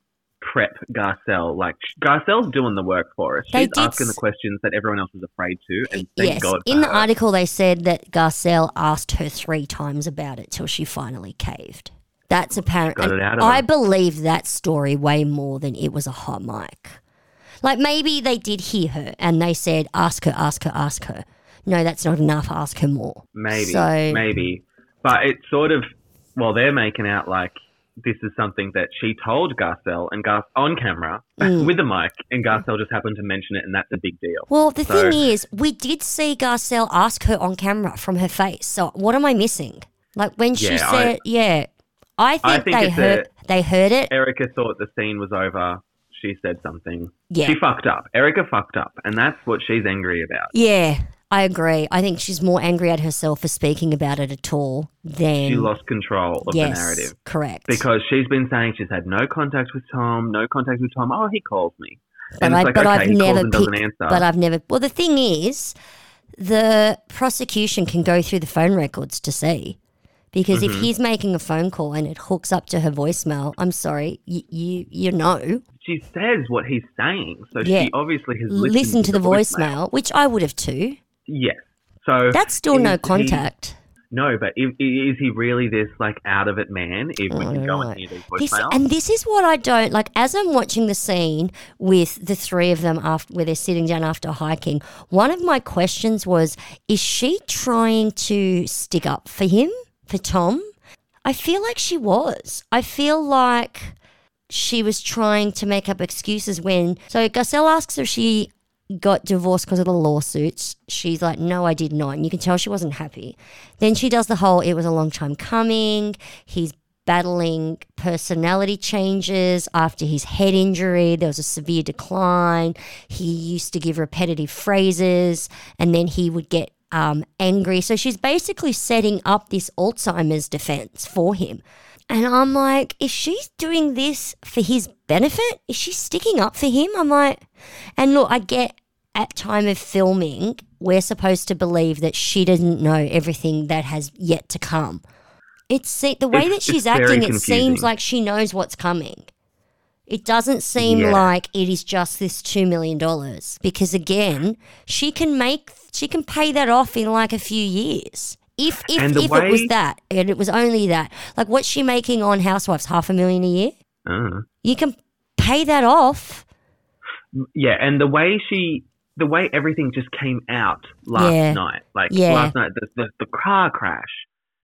A: prep Garcelle, like sh- Garcelle's doing the work for us.
B: They
A: She's
B: did
A: asking
B: s-
A: the questions that everyone else is afraid to, and thank
B: yes.
A: God. For
B: In the
A: her.
B: article, they said that Garcelle asked her three times about it till she finally caved. That's apparent.
A: Got it
B: and
A: out of
B: I
A: her.
B: believe that story way more than it was a hot mic. Like maybe they did hear her and they said, ask her, ask her, ask her. No, that's not enough. Ask her more.
A: maybe,
B: So-
A: maybe, but it's sort of well, they're making out like this is something that she told Garcelle and Gar on camera <laughs> with the mic, and Garcelle just happened to mention it, and that's a big deal.
B: Mm. Well, the
A: So-
B: thing is, we did see Garcelle ask her on camera from her face. So what am I missing? Like when she
A: Yeah, I-
B: said, yeah, I think,
A: I think
B: they
A: it's
B: heard they heard it.
A: Erica thought the scene was over. she said something.
B: Yeah.
A: She fucked up. Erica fucked up, and that's what she's angry about.
B: Yeah, I agree. I think she's more angry at herself for speaking about it at all than
A: She lost control of
B: yes,
A: the narrative
B: Correct.
A: because she's been saying she's had no contact with Tom, no contact with Tom. Oh, he calls me,
B: but
A: and
B: I,
A: it's like
B: but
A: okay,
B: I've
A: he calls
B: never
A: and
B: picked,
A: doesn't answer.
B: But I've never. Well, the thing is, the prosecution can go through the phone records to see. Because if
A: Mm-hmm.
B: he's making a phone call and it hooks up to her voicemail, I'm sorry, you you, you know,
A: she says what he's saying, so
B: Yeah.
A: she obviously has listened
B: listen to the
A: voicemail.
B: voicemail, which I would have too.
A: Yes. So
B: That's still
A: is
B: no
A: he-
B: contact.
A: no, but is, is he really this like out of it man? If we
B: I
A: can
B: don't
A: go
B: know.
A: and hear these
B: Oh, This,
A: voicemails,
B: and this is what I don't like. As I'm watching the scene with the three of them after where they're sitting down after hiking, one of my questions was: Is she trying to stick up for him, for Tom? I feel like she was. I feel like she was trying to make up excuses when. So Garcelle asks if she got divorced because of the lawsuits. She's like, no, I did not. And you can tell she wasn't happy. Then she does the whole, it was a long time coming. He's battling personality changes after his head injury. There was a severe decline. He used to give repetitive phrases and then he would get um, angry. So she's basically setting up this Alzheimer's defense for him. And I'm like, is she doing this for his benefit? Is she sticking up for him? I'm like, and look, I get at time of filming, we're supposed to believe that she doesn't know everything that has yet to come. It's se- the way
A: It's-
B: that she's
A: it's very
B: acting. It
A: confusing.
B: seems like she knows what's coming. It doesn't seem
A: Yeah.
B: like it is just this two million dollars because again, she can make she can pay that off in like a few years. If if,
A: And the
B: if it was
A: way-
B: that and it was only that, like what's she making on Housewives? Half a million a year.
A: Uh.
B: You can pay that off.
A: yeah, and the way she, the way everything just came out last
B: Yeah.
A: night, like
B: Yeah.
A: last night, the, the the car crash,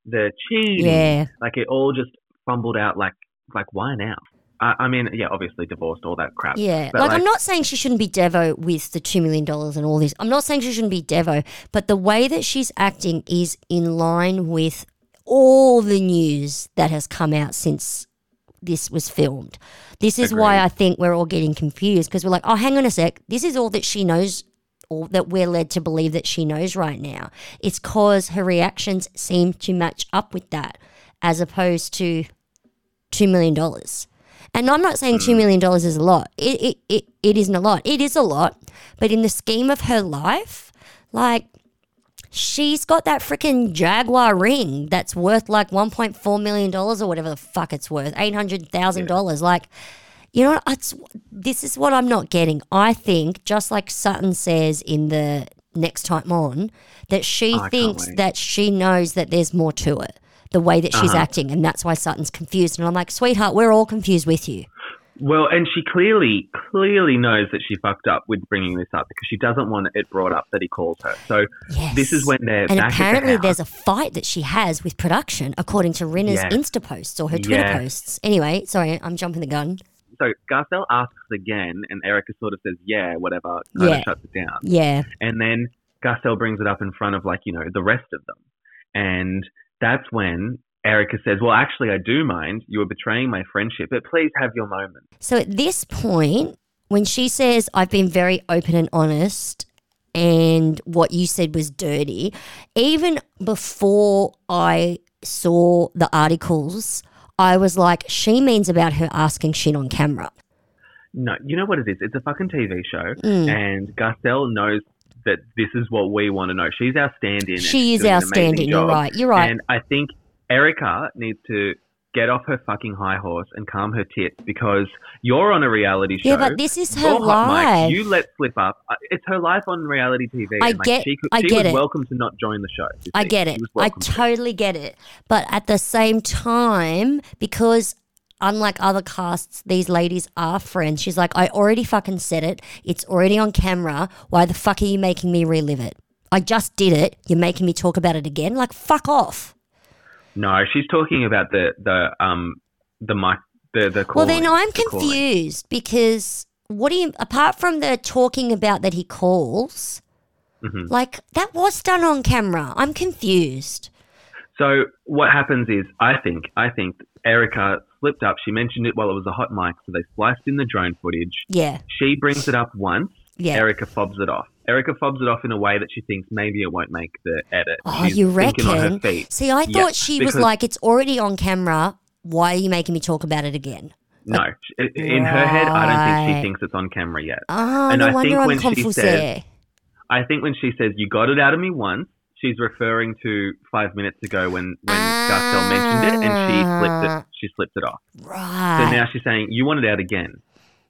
A: the cheating,
B: Yeah.
A: like it all just fumbled out like like why now? I, I mean, yeah, obviously divorced, all that crap.
B: Yeah.
A: but
B: like, I'm not saying she shouldn't be Devo with the $2 million and all this. I'm not saying she shouldn't be Devo, but the way that she's acting is in line with all the news that has come out since this was filmed. This is why
A: Agreed.
B: I think we're all getting confused because we're like, oh, hang on a sec. This is all that she knows or that we're led to believe that she knows right now. It's because her reactions seem to match up with that as opposed to $2 million. And I'm not saying $2 million is a lot. It, it, it, it isn't a lot. It is a lot. But in the scheme of her life, like, she's got that freaking Jaguar ring that's worth like $1.4 million or whatever the fuck it's worth, $800,000. Like, you know, it's, this is what I'm not getting. I think, just like Sutton says in the next time on, that she
A: Oh, can't
B: thinks
A: wait.
B: that she knows that there's more to it, the way that
A: Uh-huh.
B: she's acting. And that's why Sutton's confused. And I'm like, sweetheart, we're all confused with you.
A: Well, and she clearly, clearly knows that she fucked up with bringing this up because she doesn't want it brought up that he calls her. So
B: Yes.
A: this is when they're
B: And
A: back
B: apparently,
A: at the house.
B: there's a fight that she has with production, according to Rinna's
A: Yes.
B: Insta posts or her Twitter
A: Yes.
B: posts. Anyway, sorry, I'm jumping the gun.
A: so Garcelle asks again, and Erica sort of says, "Yeah, whatever," kind
B: Yeah.
A: of shuts it down,
B: Yeah,
A: and then Garcelle brings it up in front of like you know the rest of them, and that's when Erica says, "Well, actually, I do mind. You were betraying my friendship, but please have your moment."
B: So at this point, when she says, I've been very open and honest, and what you said was dirty, even before I saw the articles, I was like, she means about her asking shit on camera.
A: No, you know what it is? It's a fucking TV show,
B: Mm.
A: and Garcelle knows that this is what we want to know. She's our stand-in. and
B: She
A: she's
B: is
A: doing an
B: our
A: amazing
B: stand in. You're
A: job.
B: right. You're right.
A: And I think Erica needs to get off her fucking high horse and calm her tits because you're on a reality show.
B: yeah, but this is her
A: You're hot mic.
B: life.
A: You let slip up. I- It's her life on reality TV.
B: I
A: and, like,
B: get-
A: She, could,
B: I
A: she
B: get
A: was
B: it.
A: welcome to not join the show. you
B: I
A: see.
B: get
A: She
B: it.
A: was
B: I
A: welcome to.
B: totally get it. But at the same time, because unlike other casts, these ladies are friends, she's like, I already fucking said it. It's already on camera. Why the fuck are you making me relive it? I just did it. You're making me talk about it again. Like, fuck off.
A: no, she's talking about the the um the mic the the
B: Well,
A: calling,
B: then I'm
A: the calling.
B: confused because what do you, apart from the talking about that he calls,
A: Mhm.
B: like, that was done on camera. I'm confused.
A: So what happens is, I think, I think Erica slipped up. She mentioned it while it was a hot mic, so they spliced in the drone footage.
B: Yeah.
A: She brings it up once.
B: Yeah.
A: Erica fobs it off. Erica fobs it off in a way that she thinks maybe it won't make the edit.
B: Oh,
A: She's
B: you
A: thinking
B: reckon?
A: On her feet.
B: See, I thought
A: Yeah,
B: she was
A: because-
B: like, it's already on camera. Why are you making me talk about it again?
A: No, in in her head, I don't think
B: Right.
A: she thinks it's on camera yet.
B: Ah,
A: And
B: no
A: I
B: wonder
A: think
B: I'm
A: when she
B: confused
A: says-
B: there.
A: I think when she says "you got it out of me once," she's referring to five minutes ago when when Garcelle mentioned it and she
B: Ah.
A: flipped it. She slipped it off. So
B: Right.
A: now she's saying you want it out again.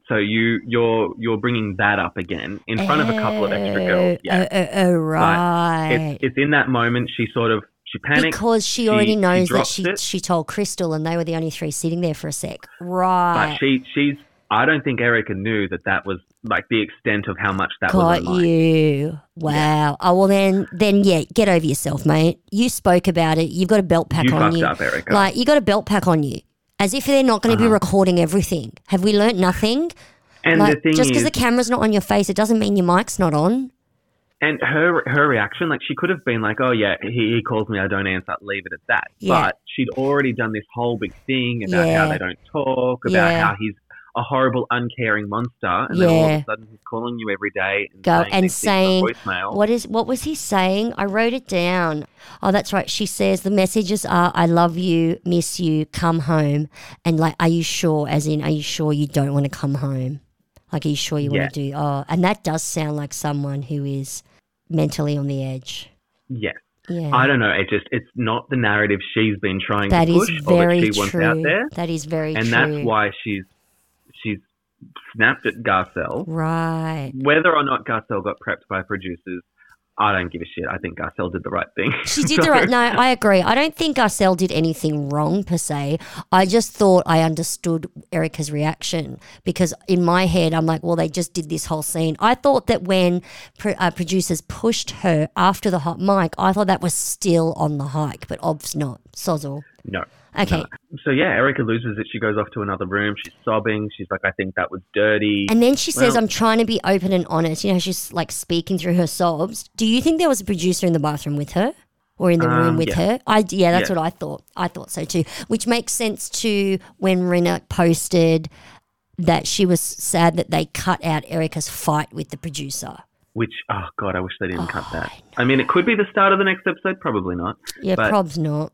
A: So you you're you're bringing that up again in front of a couple of extra girls.
B: Oh,
A: Yeah,
B: Oh, oh, oh, right.
A: it's, it's in that moment she sort of she panics.
B: because she already
A: she
B: knows that
A: drops
B: she,
A: it.
B: she told Crystal and they were the only three sitting there for a sec. Right.
A: But she she's I don't think Erica knew that that was like the extent of how much that was
B: Got
A: online.
B: you. Wow. Oh well, then, then yeah, get over yourself, mate. You spoke about it. You've got a belt pack
A: You
B: on
A: fucked
B: you.
A: up, Erica. Uh-huh.
B: Like you got a belt pack on you, as if they're not going to be recording everything. Have we learnt nothing?
A: and
B: like
A: the thing is,
B: just because the camera's not on your face, it doesn't mean your mic's not on.
A: and her her reaction, like she could have been like, "Oh yeah, he, he calls me, I don't answer, leave it at that."
B: Yeah.
A: But she'd already done this whole big thing about
B: Yeah.
A: how they don't talk, about
B: Yeah.
A: how he's a horrible, uncaring monster, and then all of
B: Yeah.
A: a sudden he's calling you every day and
B: Go
A: saying
B: and
A: these things on
B: saying
A: voicemail.
B: what is what was he saying? I wrote it down. Oh, that's right. She says the messages are "I love you, miss you, come home," and like, "Are you sure?" As in, "Are you sure you don't want to come home?" Like, "Are you sure you
A: Yeah.
B: want to do?" Oh, and that does sound like someone who is mentally on the edge.
A: Yes,
B: Yeah,
A: I don't know. It just it's not the narrative she's been trying
B: that
A: to
B: is
A: push or that
B: very
A: she wants out
B: true.
A: there,
B: That is very
A: and
B: true.
A: that's why she's she's snapped at Garcelle.
B: Right.
A: Whether or not Garcelle got prepped by producers, I don't give a shit. I think Garcelle did the right thing. <laughs>
B: She did the right. No, I agree. I don't think Garcelle did anything wrong per se. I just thought I understood Erica's reaction because in my head I'm like, well, they just did this whole scene. I thought that when pro- uh, producers pushed her after the hot mic, I thought that was still on the hike, but obv's not. Sozzle.
A: No.
B: Okay.
A: So yeah, Erica loses it. She goes off to another room. She's sobbing. She's like, I think that was dirty.
B: And then she says,
A: Well-
B: "I'm trying to be open and honest." You know, she's like speaking through her sobs. Do you think there was a producer in the bathroom with her, or in the room
A: Um,
B: with
A: yeah.
B: her? I yeah, that's
A: Yeah.
B: what I thought. I thought so too, which makes sense to when Renna posted that she was sad that they cut out Erica's fight with the producer.
A: Which oh god, I wish they didn't cut that. I, mean, it could be the start of the next episode. Probably not.
B: Oh, Yeah,
A: But-
B: prob's not.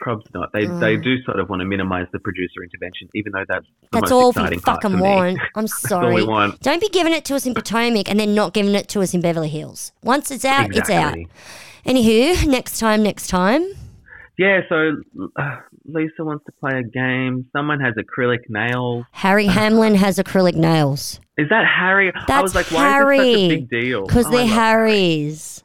A: Probably not. They they do sort of want to minimise the producer intervention, even though that's the
B: That's
A: most
B: all we
A: exciting part for
B: fucking
A: me. <laughs>
B: want.
A: all
B: I'm
A: we
B: sorry.
A: want.
B: Don't be giving it to us in Potomac and then not giving it to us in Beverly Hills. Once Ah, it's out,
A: Exactly.
B: it's out. Anywho, next time, next time.
A: Yeah. So uh, Lisa wants to play a game. Someone has acrylic nails. <laughs>
B: Harry Hamlin has acrylic nails.
A: Is that Harry? I
B: That's
A: was like,
B: Harry.
A: why is this such a big deal?
B: Because
A: Oh, I
B: they're
A: love-
B: Harry's.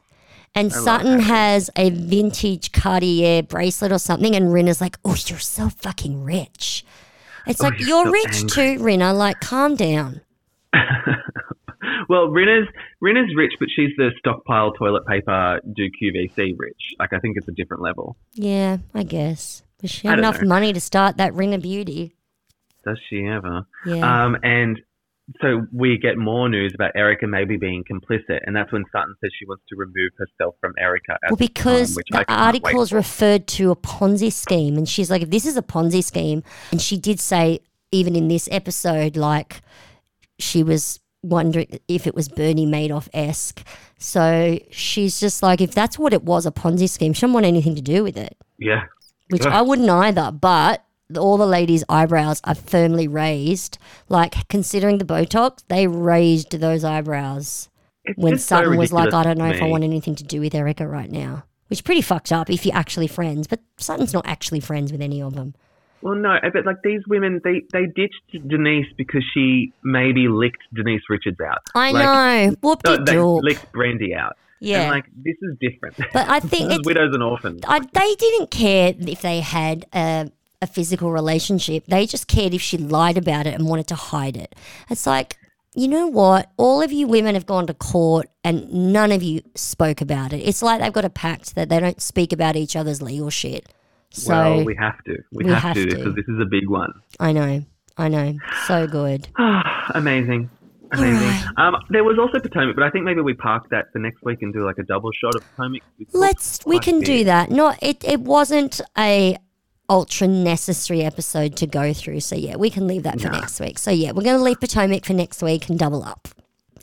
B: And
A: love
B: Sutton
A: Harry.
B: has a vintage Cartier bracelet or something, and Rinna's like, "Oh, you're so fucking rich." It's like
A: Oh, you're
B: you're,
A: so
B: rich
A: angry."
B: too, Rinna. Like, calm down.
A: well, Rinna's Rinna's rich, but she's the stockpile toilet paper do QVC rich. Like I think it's a different level.
B: Yeah, I guess. But she
A: I
B: had
A: don't
B: enough
A: know.
B: money to start that Rinna beauty.
A: Does she ever?
B: Yeah.
A: Um, and so we get more news about Erica maybe being complicit, and that's when Sutton says she wants to remove herself from Erica. at
B: well,
A: the
B: because
A: time, which I
B: the
A: can't wait
B: articles
A: for.
B: referred to a Ponzi scheme, and she's like, if "This is a Ponzi scheme," and she did say, even in this episode, like she was wondering if it was Bernie Madoff esque. So she's just like, if that's what it was, a Ponzi scheme, she don't want anything to do with it,
A: yeah,
B: which
A: Yeah.
B: I wouldn't either. But all the ladies' eyebrows are firmly raised. Like considering the Botox, they raised those eyebrows
A: It's
B: when
A: just so
B: Sutton was like, I
A: ridiculous
B: don't know
A: to
B: if I
A: me.
B: want anything to do with Erica right now. Which is pretty fucked up if you're actually friends, but Sutton's not actually friends with any of them.
A: Well, no, but like these women, they they ditched Denise because she maybe licked Denise Richards out.
B: I
A: Like,
B: know. Whoop
A: No,
B: de
A: they
B: doo.
A: licked Brandy out.
B: Yeah.
A: And like this is different.
B: But I
A: <laughs> this
B: think
A: is
B: it's-
A: widows and orphans.
B: I, they didn't care if they had a, a physical relationship. They just cared if she lied about it and wanted to hide it. It's like, you know what? All of you women have gone to court and none of you spoke about it. It's like they've got a pact that they don't speak about each other's legal shit. So
A: well, we have to. We,
B: we
A: have,
B: have
A: to
B: to.
A: because this is a big one. <sighs>
B: I know. I know. So good.
A: Amazing. Amazing. Um, there was also Potomac, but I think maybe we park that for next week and do like a double shot of Potomac.
B: Let's we can do that. No, it it wasn't a ultra necessary episode to go through. So yeah, we can leave that for
A: Nah.
B: next week. So yeah, we're going to leave Potomac for next week and double up.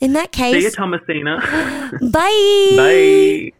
B: In that
A: See you,
B: <gasps> case,
A: Thomasina. <laughs>
B: bye.
A: Bye.